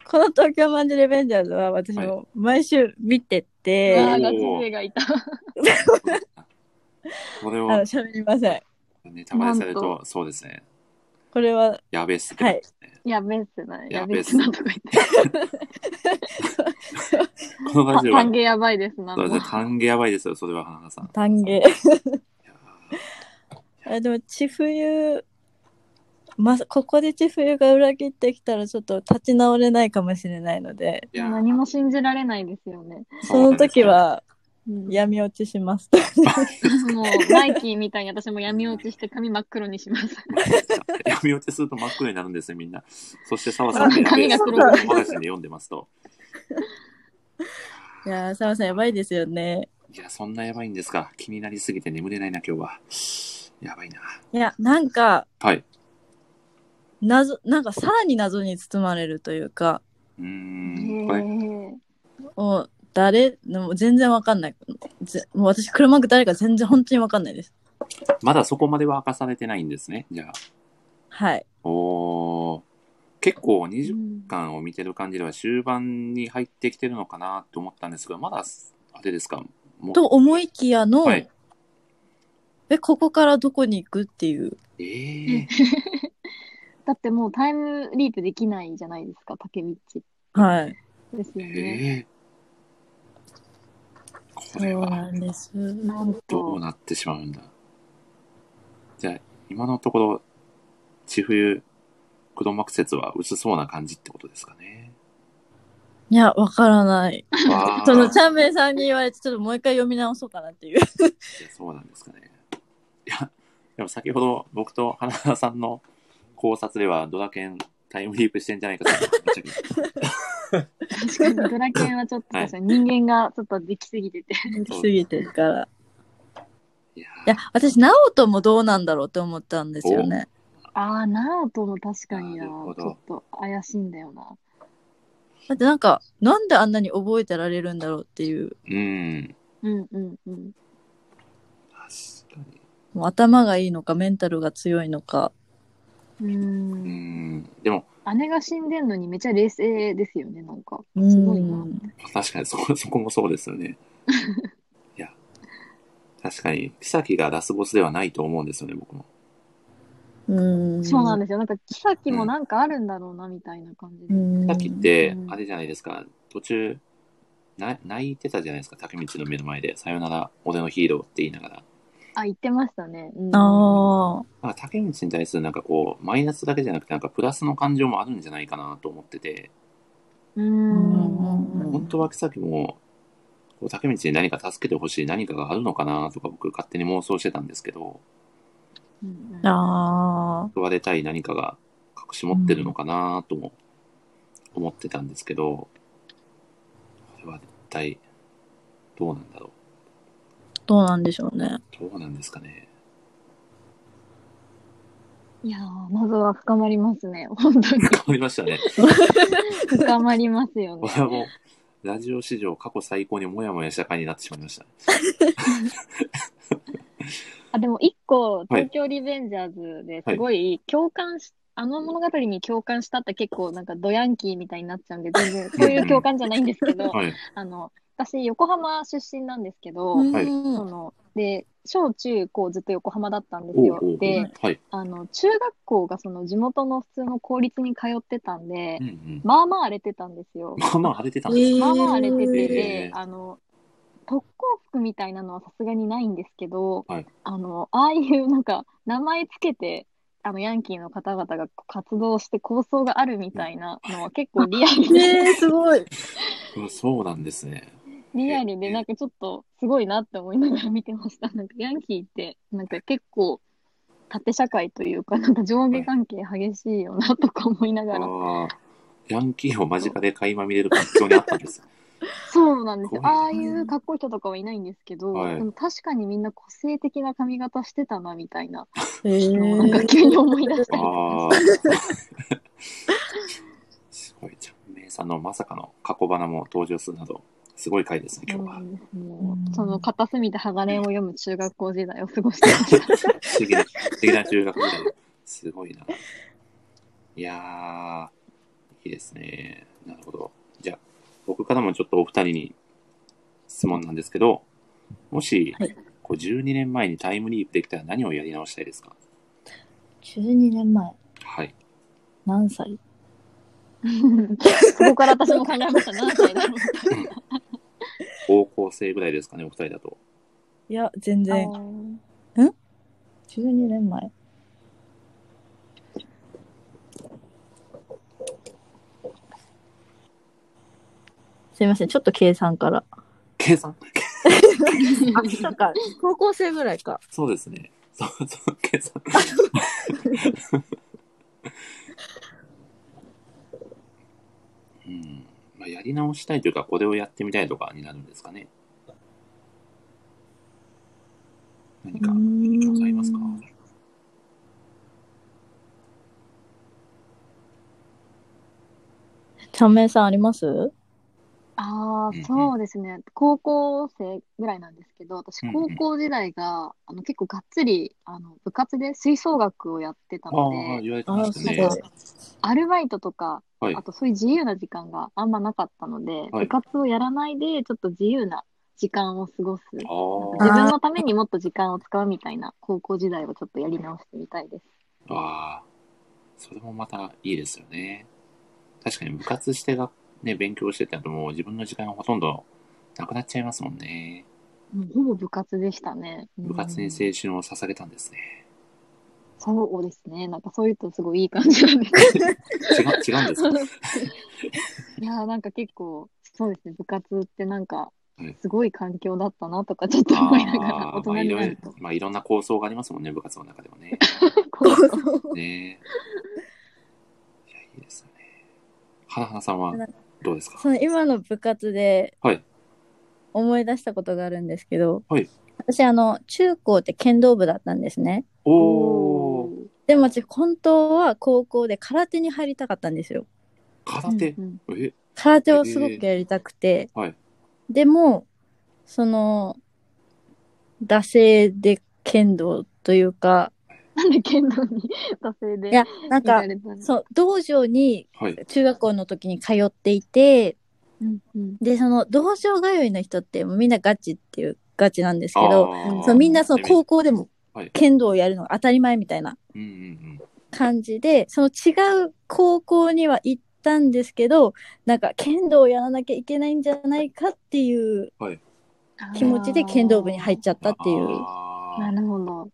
この東京マンジュレベンジャーズは私も毎週見てて、
えー
ああ、ガチ勢がいた。
これ
あの
を
喋りません。
ネタバレされる
なん
と、そうですね。
これは、
やべえっすってことですね。
やべえっすな。
や
や
べえ
べえ
っ
っ
す
す
な
な
と
と
か
か
言
言
っ
ってて。
このラジオは
歓、迎やばいですな。
そうです
もう
ね歓迎やばいですよ、それは、はんはんさん。
歓迎。
いや
あでも、千冬、まさ、ここで千冬が裏切ってきたらちょっと立ち直れないかもしれないので、
ーいやー
何も信じられないですよね。
その時は
うん
闇落ちします。
もう、マイキーみたいに私も闇落ちして髪真っ黒にします。
闇落ちすると真っ黒になるんですよ、みんな。そして澤さんが
髪が
黒
黒
く
く
マ
な
ガ
る
ジンで読んでますと。
いやー、サムさんやばいですよね。
いや、そんなやばいんですか。気になりすぎて眠れないな、今日は。やばいな。
いや、なんか、
はい。
謎、なんかさらに謎に包まれるというか、
うー
へ
ん。これ、
ー
もう誰、もう全然わかんない。ぜもう私、黒幕誰か全然本当にわかんないです。
まだそこまでは明かされてないんですね。じゃあ。
はい。
おー。結構
う
20
ん
巻を見てる感じでは終盤に入ってきてるのかなと思ったんですが、まだ、あれですか。もう
と思いきやの、
はい
え、ここからどこに行くっていう。
えー。
だってもうタイムリープできないじゃないですか、竹道
はい。
ですよ
ええ
ね。
こ
そ
れ
う
は
なんです。
なん
どう
と、
なってしまうんだじゃあ今のところ千冬黒幕説は薄そうな感じってことですか ね
いや、わからない。
わあ
その、チャンベイさんに言われて、ちょっともう一回読み直そうかなってい
い
う。
やそうなんですかねいやでも先ほど僕と花田さんの考察ではドラケンタイムリープしてんじゃないかと思いましたけど
確かにドラケンはちょっと
はい
確かに人間がちょっとできすぎてて。
そう
過ぎてるから。
いや
いや、私、直人もどうなんだろうって思ったんですよね。
ああ、ナオトも確かにな、
なるほど
ちょっと怪しいんだよな。
だってなんか、なんであんなに覚えてられるんだろうっていう、
うん
うんうんうん。
確かに
もう頭がいいのか、メンタルが強いのか。
う。
うんんでも
姉が死んでんのにめちゃ冷静ですよね、なんか。
う
すごいな。
ん。
確かにそこ、そこもそうですよね。いや、確かに、草木がラスボスではないと思うんですよね、僕も。
うん。
そうなん
で
ですよ。なんか、キサキもなんかあるんだろうな、みたいな感じで。
草木って
う、ん
あれじゃないですか、途中、な泣いてたじゃないですか、竹道の目の前で、さよなら、俺のヒーローって言いながら。
あ、言ってましたね。うん、
ああ。
なんか竹道に対するなんかこう、マイナスだけじゃなくて、なんかプラスの感情もあるんじゃないかなと思ってて、
う。
うん
本当は草木も、こう竹道に何か助けてほしい何かがあるのかなとか僕勝手に妄想してたんですけど、
うん
ああ。
救われたい何かが隠し持ってるのかなとも思ってたんですけど、これは一体どうなんだろ
どうなんでしょうね。
うどうなんですかね
いやー、謎は深まりますね。本当
変
に。
わりましたね。
深まりますよね
こ。れはもうラジオ史上過去最高にもやもやした回になってしまいました。
あでも一個、東京リベンジャーズですごい共感し、あの物語に共感したって結構なんかドヤンキーみたいになっちゃうんで、全然そういう共感じゃないんですけど、
はい。
あの、私横浜出身なんですけど、
はい
その、で、小中高ずっと横浜だったんです
おう
よ
おうお。う
で、
はい。
あの、中学校がその地元の普通の公立に通ってたんで
うんう、ん。
まあまあ荒れてたんですよ。
まあまあ荒れてたんですね。
ー
まあまあ荒れてて
へー
で、あの、特攻服みたいなのはさすがにないんですけど、
はい
あの、ああいうなんか名前つけて、あの、ヤンキーの方々が活動して構想があるみたいなのは結構リアルで、
ねえ、すごい。
うわそうなんですね。
リアルで、なんかちょっとすごいなって思いながら見てました。なんかヤンキーって、なんか結構、縦社会というか、なんか上下関係激しいよなとか思いな
あ
がら。
あ。ヤンキーを間近で垣間見れる環境にあったんです。
そうなんですよ。
すごいな
ああいうかっこいい人とかはいないんですけど、
はい
でも確かにみんな個性的な髪型してたなみたいな
へえ
のを なんか急に思い出したりと
ああ
かし。
すごい。ちゃんめいさんのまさかの過去花も登場するなど、すごい回ですね、
て、
今日
も
は。
うもうその片隅で鋼を読む中学校時代を過ごしてました。
不思議な、不思議な中学時代。すごいな。いやー、いいですね。なるほど。じゃあ、僕からもちょっとお二人に質問なんですけど、もし、
はい
こう12年前にタイムリープできたら何をやり直したいですか
12年前、
はい。
何歳
そこから私も考えました。何歳だろう
高校生ぐらいですかね、お二人だと。
いや、全
あ
然。
ー
12年前。すいません、ちょっと計算から。
計算
あ、そうか、高校生ぐらいか。
そうですね。そうそう、計算。うん。まあ、やり直したいというか、これをやってみたいとかになるんですかね。何かございますか
うーんちゃんめいさんあります
あ
うん
あ、そうですね。高校生ぐらいなんですけど、私
うんう
高
ん
校時代が、あの結構がっつり、あの部活で吹奏楽をやってた
あ
の
あ、
で、
言われてましたね。
あす
アルバイトとか、
はい
あとそういう自由な時間があんまなかったので、
はい
部活をやらないで、ちょっと自由な時間を過ごす。
あ
自
ー
分のためにもっと時間を使うみたいな高校時代をちょっとやり直してみたいです。
あー、それもまたいいですよね。確かに部活してが、ね、勉強してたともう自分の時間がほとんどなくなっちゃいますもんね。
もうほぼ部活でしたね。うん
部活に青春を捧げたんですね。
そうですね。なんかそういうとすごいいい感じなんですけど
違う、違うんですか
いやーなんか結構、そうですね、部活ってなんか
うん、
すごい環境だったなとか、ちょっと 思いながら、
あ
大
あ、まあい
人に
ろ
ないる
ろ
と、、
まあいろんな構想がありますもんね、部活の中でもね。
こう
ねえ。いや、いいですよね。はなはなさんはどうですか
その今の部活で
はい。
思い出したことがあるんですけど、
はい
私あの中高って剣道部だったんですね
おお
ー
でも私本当は高校で空手に入りたかったんですよ
空手、
うんうん
え
空手をすごくやりたくて、
えはい
でもその惰性で剣道というか
なんで剣道に 惰性で
いやなん
いら
か
れたの
そう道場に
はい。
中学校の時に通っていて
うんうん
でその道場通いの人ってもうみんなガチっていうガチなんですけ
あ
ど
ー
そうみんなその高校でも
はい
剣道をやるのが当たり前みたいな
うんうん
感じでその違う高校には行ったんですけどなんか剣道をやらなきゃいけないんじゃないかっていう気持ちで剣道部に入っちゃっ
うん。
たっていう
あ
な
ー
るほど。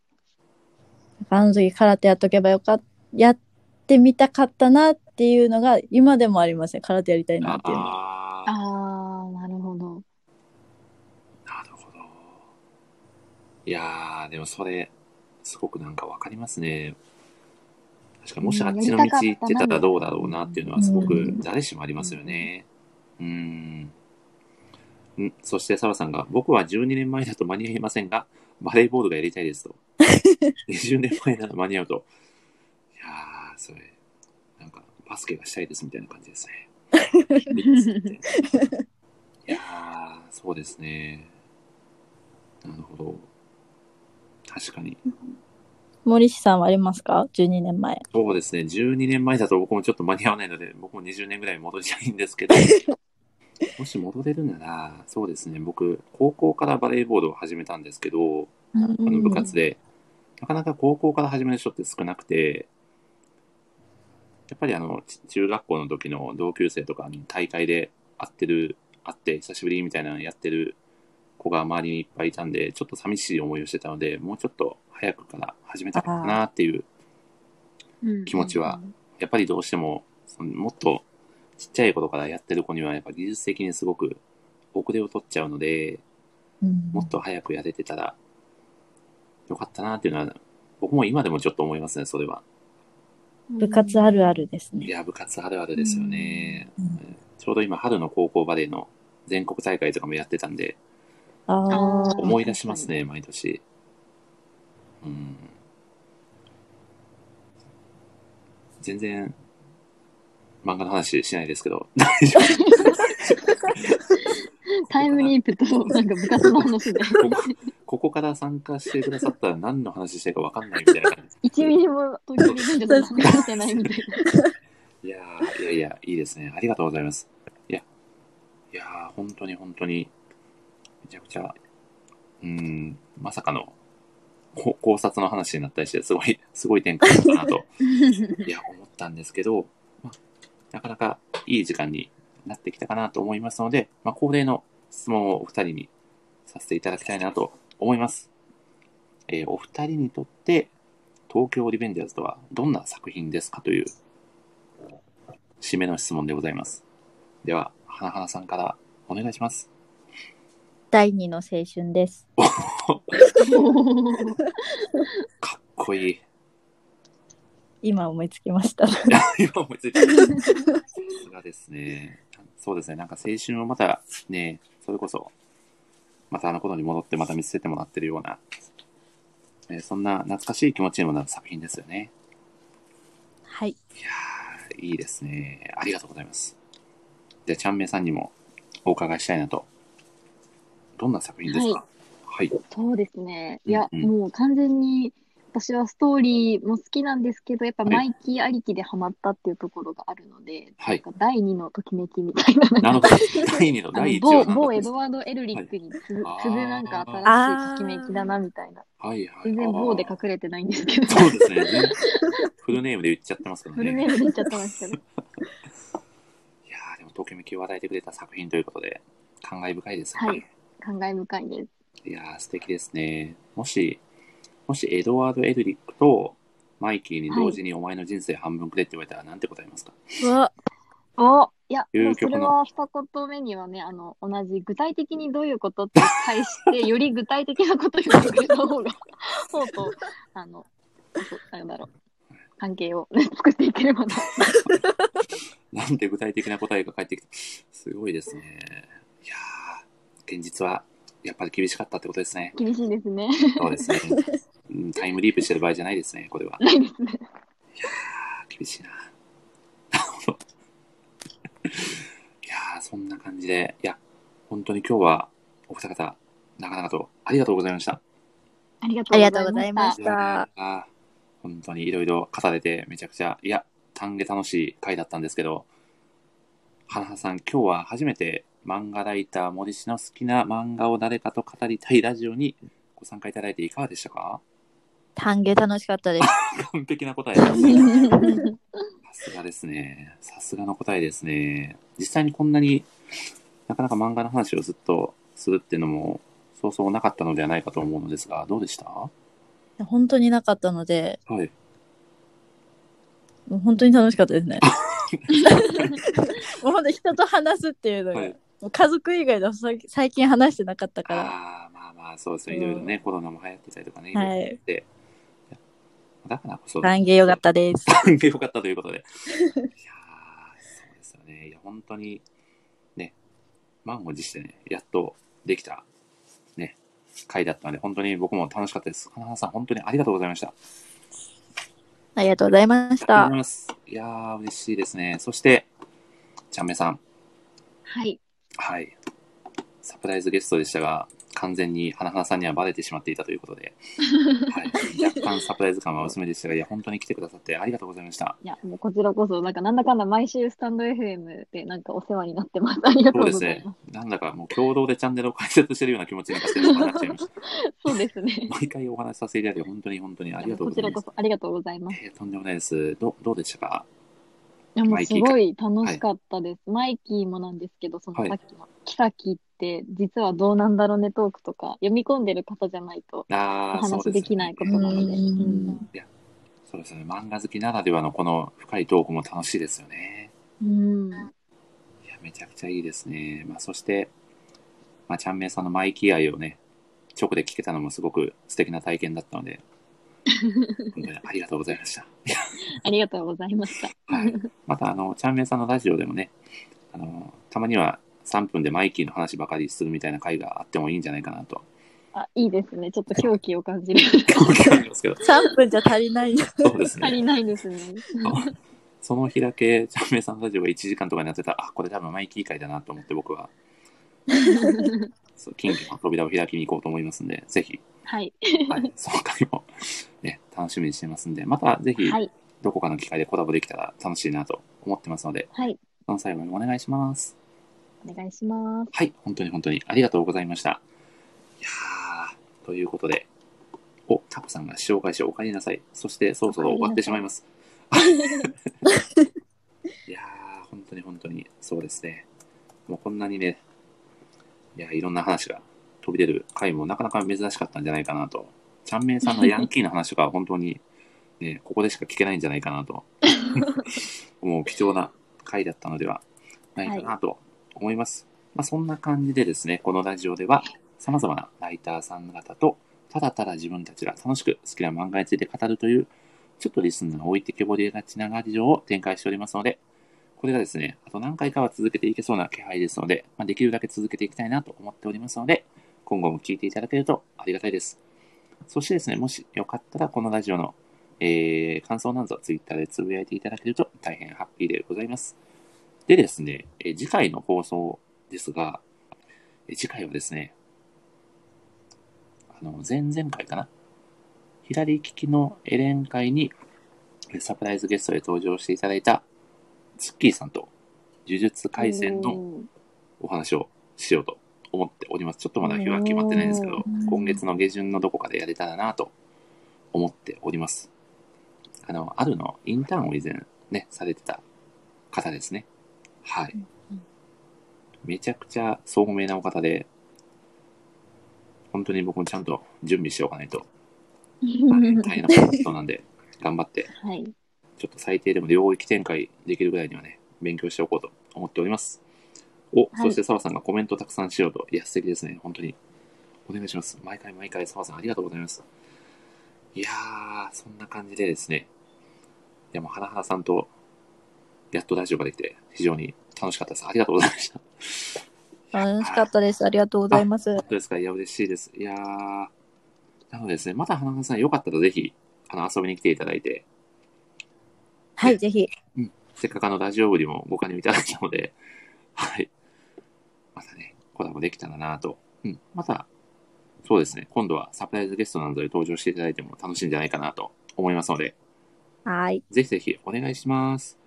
あの時空手やっとけばよかっやってみたかったなっていうのが今でもありますね空手やりたいなっていうのは
あー、
ああ、なるほど。
なるほど。いやー、でもそれ、すごくなんかわかりますね。確かにもしあっちの道行ってたらどうだろうなっていうのはすごく誰しもありますよね。うん。んそして、サラさんが、僕は12年前だと間に合いませんが、バレーボールがやりたいですと。20年前なら間に合うと。いやー、それ、なんか、バスケがしたいですみたいな感じですね。いやー、そうですね。なるほど。確かに。
森氏さんはありますか ?12 年前。
そうですね。12年前だと僕もちょっと間に合わないので、僕も20年ぐらい戻りたいんですけど。もし戻れるなら、そうですね。僕、高校からバレーボールを始めたんですけど、あの部活で、なかなか高校から始める人って少なくて、やっぱりあの、ち中学校の時の同級生とかに大会で会ってる、会って久しぶりみたいなのやってる子が周りにいっぱいいたんで、ちょっと寂しい思いをしてたので、もうちょっと早くから始めたかったなっていう、気持ちはやっぱりどうしても、そのもっとちっちゃい頃からやってる子には、やっぱ技術的にすごく遅れを取っちゃうので、もっと早くやれてたら、よかったなっていうのは、僕も今でもちょっと思いますね、それは。
部活あるあるです
い
ね。
や、部活あるあるですよね。
うん
ちょうど今、春の高校バレーの全国大会とかもやってたんで、
ああ
あ。ー
思い出しますね、毎年。うん。全然、漫画の話しないですけど、大丈夫
タイムリープとなんか部活の話 で
ここここから参加してくださったら何の話してるか分かんないみたいな感じ。
1ミリも東京リベンジャーズの話してないみたいない
やーいやいや、いいですね。ありがとうございます。いや、いやー本当に本当に、めちゃくちゃ、うーん、まさかの、こ考察の話になったりして、すごい、すごい展開だったなと、いや、思ったんですけど、まあ、なかなかいい時間になってきたかなと思いますので、まあ、恒例の質問をお二人にさせていただきたいなと思います。えーお二人にとって、東京リベンジャーズとはどんな作品ですかという締めの質問でございます。では、花花さんからお願いします。
第二の青春です。
かっこいい。
今思いつきました。
今思い ついた。さすがですね。そうですね。なんか青春をまたね、それこそ、またあの頃に戻ってまた見せてもらってるような、えーそんな懐かしい気持ちにもなる作品ですよね。
はい。
いやー、いいですね。ありがとうございます。じゃあ、ちゃんめいさんにもお伺いしたいなと。どんな作品ですかはい。
そうですね。いや、
うんうん
もう完全に私はストーリーも好きなんですけど、やっぱマイキーありきでハマったっていうところがあるので、
はい。
なんか第二のときめきみたいな、
なるほど。第2の
あの
第1
某
は何だった
某
ん
エ
です
ド
か
ワード・エルリックにつ次
はい
ぐなんか新しいときめきだなみたいな。
はいはい。
全然某で隠れてないんですけど、
そうですね。 フルネームで言っちゃってますから
フ
ね。
ルネームで言っちゃってましたね。
いやーでも、ときめきを与えてくれた作品ということで、感慨深いですね。
はい。感慨深いです。
いやー素敵ですね。もし、もしエドワード・エルリックとマイキーに同時にお前の人生半分くれって言われたらなんて答えますか、
うわ
おいや、もうそ
究極
れ
の
は二言目にはね、あの、同じ具体的にどういうことって対して、より具体的なことを言ってくれた方が、方と、あの、そうなんだろう、関係を、 ね、作っていければな。
なんて具体的な答えが返ってきて、すごいですね。いやー現実はやっぱり厳しかったってことですね。
厳しいですね。
そうですね。うんタイムリープしてる場合じゃないですね、これは。
ないですね。
厳しいな。な るほど。いやー、そんな感じで、いや、本当に今日はお二方、なかなかとありがとうございました。
ありがとうござ
あ
いました。
りがとうございまし
い
た
やなんか本当にいろいろ語れて、めちゃくちゃ、いや、単下楽しい回だったんですけど、花々さん、今日は初めて漫画ライター森氏の好きな漫画を誰かと語りたいラジオにご参加いただいていかがでしたか
単芸楽しかったです。
完璧な答え。さすがですね。さすがの答えですね。実際にこんなになかなか漫画の話をずっとするっていうのも、そうそうなかったのではないかと思うのですが、どうでしたは
本当になかったので、
い。
もう本当に楽しかったで すね。もう本当に人と話すっていうのが、
はい
もう家族以外では最近最近話してなかったか
ああ、まあまあ、そうですね。いろいろね、コロナも流行ってたりとかね、
ら。はい
ろい
い。
ろでだからこそ、
歓迎よかったです。
単でよかったという ことで。いやーそうですよね。いや、本当に、ね、満を持してね、やっとできた、ね、回だったので、本当に僕も楽しかったです。花々さん、本当にありがとうございました。
ありがとうございま
あ
し
りがとうご
た
ざい。ます。いやー、嬉しいですね。そして、ちゃんめさん。
はい。
はい。サプライズゲストでしたが、完全に花々さんにはバレてしまっていたということで、はい、若干サプライズ感は薄めでしたが、いや、本当に来てくださってありがとうございました。
いや、もうこちらこそ、なんかなんだかんだ毎週スタンド FM でなんかお世話になってます。ありがと
そう
う
で
ご
す
ざい
ね
ま。
なんだかもう共同でチャンネルを開設してるような気持ちになってなっちゃいました。
す。そうですね。
毎回お話しさせていただいて、本当に本当にありがとうご
こち
ざ
ら
いま
こ
す。
そありがとうございます。
えーとんでもないです。どどうでしたか
いや、も
マ
う
イ
す
キーか
ごい楽しかったです。マイキーもなんですけど、その
はい
さっきの、キサキって実はどうなんだろうねトークとか、読み込んでる方じゃないとお
ああ、そう
話
です、ね。
できないことなので。
うん
うん
いや、そうですね。漫画好きならではのこの深いトークも楽しいですよね。
うん。
いや、めちゃくちゃいいですね。まあ、そして、まあ、ちゃんめいさんのマイキー愛をね、直で聞けたのもすごく素敵な体験だったので、本当にありがとうございました。
ありがとうございました。
はい。また、あの、ちゃんめいさんのラジオでもね、あの、たまには3分でマイキーの話ばかりするみたいな回があってもいいんじゃないかなと
あ、いいですね。ちょっと狂気を感じる。
思ってますけど、
3分じゃ足りないんだ。
そうです
足
ね。
りないですね。
その日だけ、ちゃんめいさんのラジオが1時間とかになってたら、あ、これ多分マイキー回だなと思って僕は、そう近畿の扉を開きに行こうと思いますんで、ぜひ、
はい。
はい、その回も、ね、楽しみにしてますんで、またぜひ、
はい。
どこかの機会でコラボできたら楽しいなと思ってますので、
はい。
その際はお願いします。
お願いします。
はい、本当に本当にありがとうございました。いやーということで、お、タコさんが紹介しお帰りなさい。そして、そろそろ終わってしまい ます。いやー、本当に本当に、そうですね。もうこんなにね、いや、いろんな話が飛び出る回もなかなか珍しかったんじゃないかなと。ちゃんめいさんのヤンキーの話とかは本当に、ね、 ここでしか聞けないんじゃないかなと。もう貴重な回だったのではないかなと思います。まあ、そんな感じでですね、このラジオでは様々なライターさん方と、ただただ自分たちが楽しく好きな漫画について語るという、ちょっとリスナーを置いてけぼりがちなラジオを展開しておりますので、これがですね、あと何回かは続けていけそうな気配ですので、まあ、できるだけ続けていきたいなと思っておりますので、今後も聞いていただけるとありがたいです。そしてですね、もしよかったら、このラジオの、えー感想なんぞは Twitter でつぶやいていただけると大変ハッピーでございます。でですね、えー次回の放送ですが、えー次回はですね、あの、前々回かな。左利きのエレン会にえーサプライズゲストで登場していただいたツッキーさんと呪術廻戦の
うん
お話をしようと思っております。ちょっとまだ日は決まってないんですけど
うん、
今月の下旬のどこかでやれたらなと思っております。あの、あるのインターンを以前ね、されてた方ですね。はい
うんうん。
めちゃくちゃ聡明なお方で、本当に僕もちゃんと準備しておか ないと大変なことなんで、頑張って
はい。
ちょっと最低でも領域展開できるぐらいにはね、勉強しておこうと思っております。お、そして澤さんがコメントたくさんしようと。いや、素敵ですね。本当に。お願いします。毎回毎回澤さんありがとうございます。いやー、そんな感じでですね。いや、もう、はなはなさんと、やっとラジオができて、非常に楽しかったです。ありがとうございました。
楽しかったです。ありがとうございます。
どうですかいや、嬉しいです。いやー。なのでですね、また花花さんよかったらぜひ、あの、遊びに来ていただいて、
はい、ぜひ。
せっかくあのラジオ部にもご加入いただいたので、はい。またね、コラボできたらなと。うん。また、そうですね、今度はサプライズゲストなどで登場していただいても楽しいんじゃないかなと思いますので、
はい、
ぜひぜひお願いします。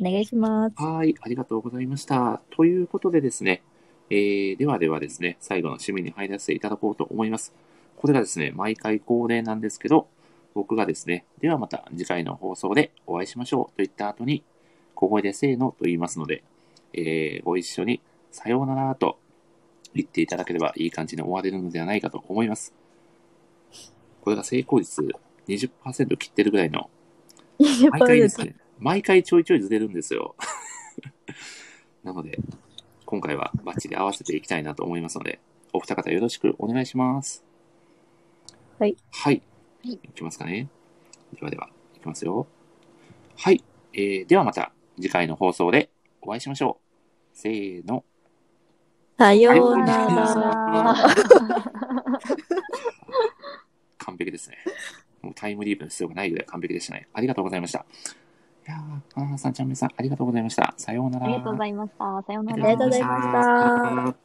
お願いします。
はい、ありがとうございました。ということでですね、えー、ではではですね、最後の締めに入らせていただこうと思います。これがですね、毎回恒例なんですけど、僕がですね、ではまた次回の放送でお会いしましょうと言った後に、小声でせーのと言いますので、えー、ご一緒にさようならと言っていただければいい感じに終われるのではないかと思います。これが成功率20%切ってるぐらいの、毎回ですね、 毎回ちょいちょいずれるんですよ。 なので、今回はバッチリ合わせていきたいなと思いますので、お二方よろしくお願いします。
はい。
はい。
はい
いきますかね。ではでは、いきますよ。はい。えー、ではまた次回の放送でお会いしましょう。せーの。
さ
さ
よ
よ
う
う
な
な
ら。
完璧ですね。もうタイムリープの必要がないぐらい完璧でしたね。ありがとうございました。いやー、花さん、ちゃんめんさん、ありがとうございました。さようなら。
ありがとうございました。さような
あり
ら。
がとうございま
あ
した
りがとうございました。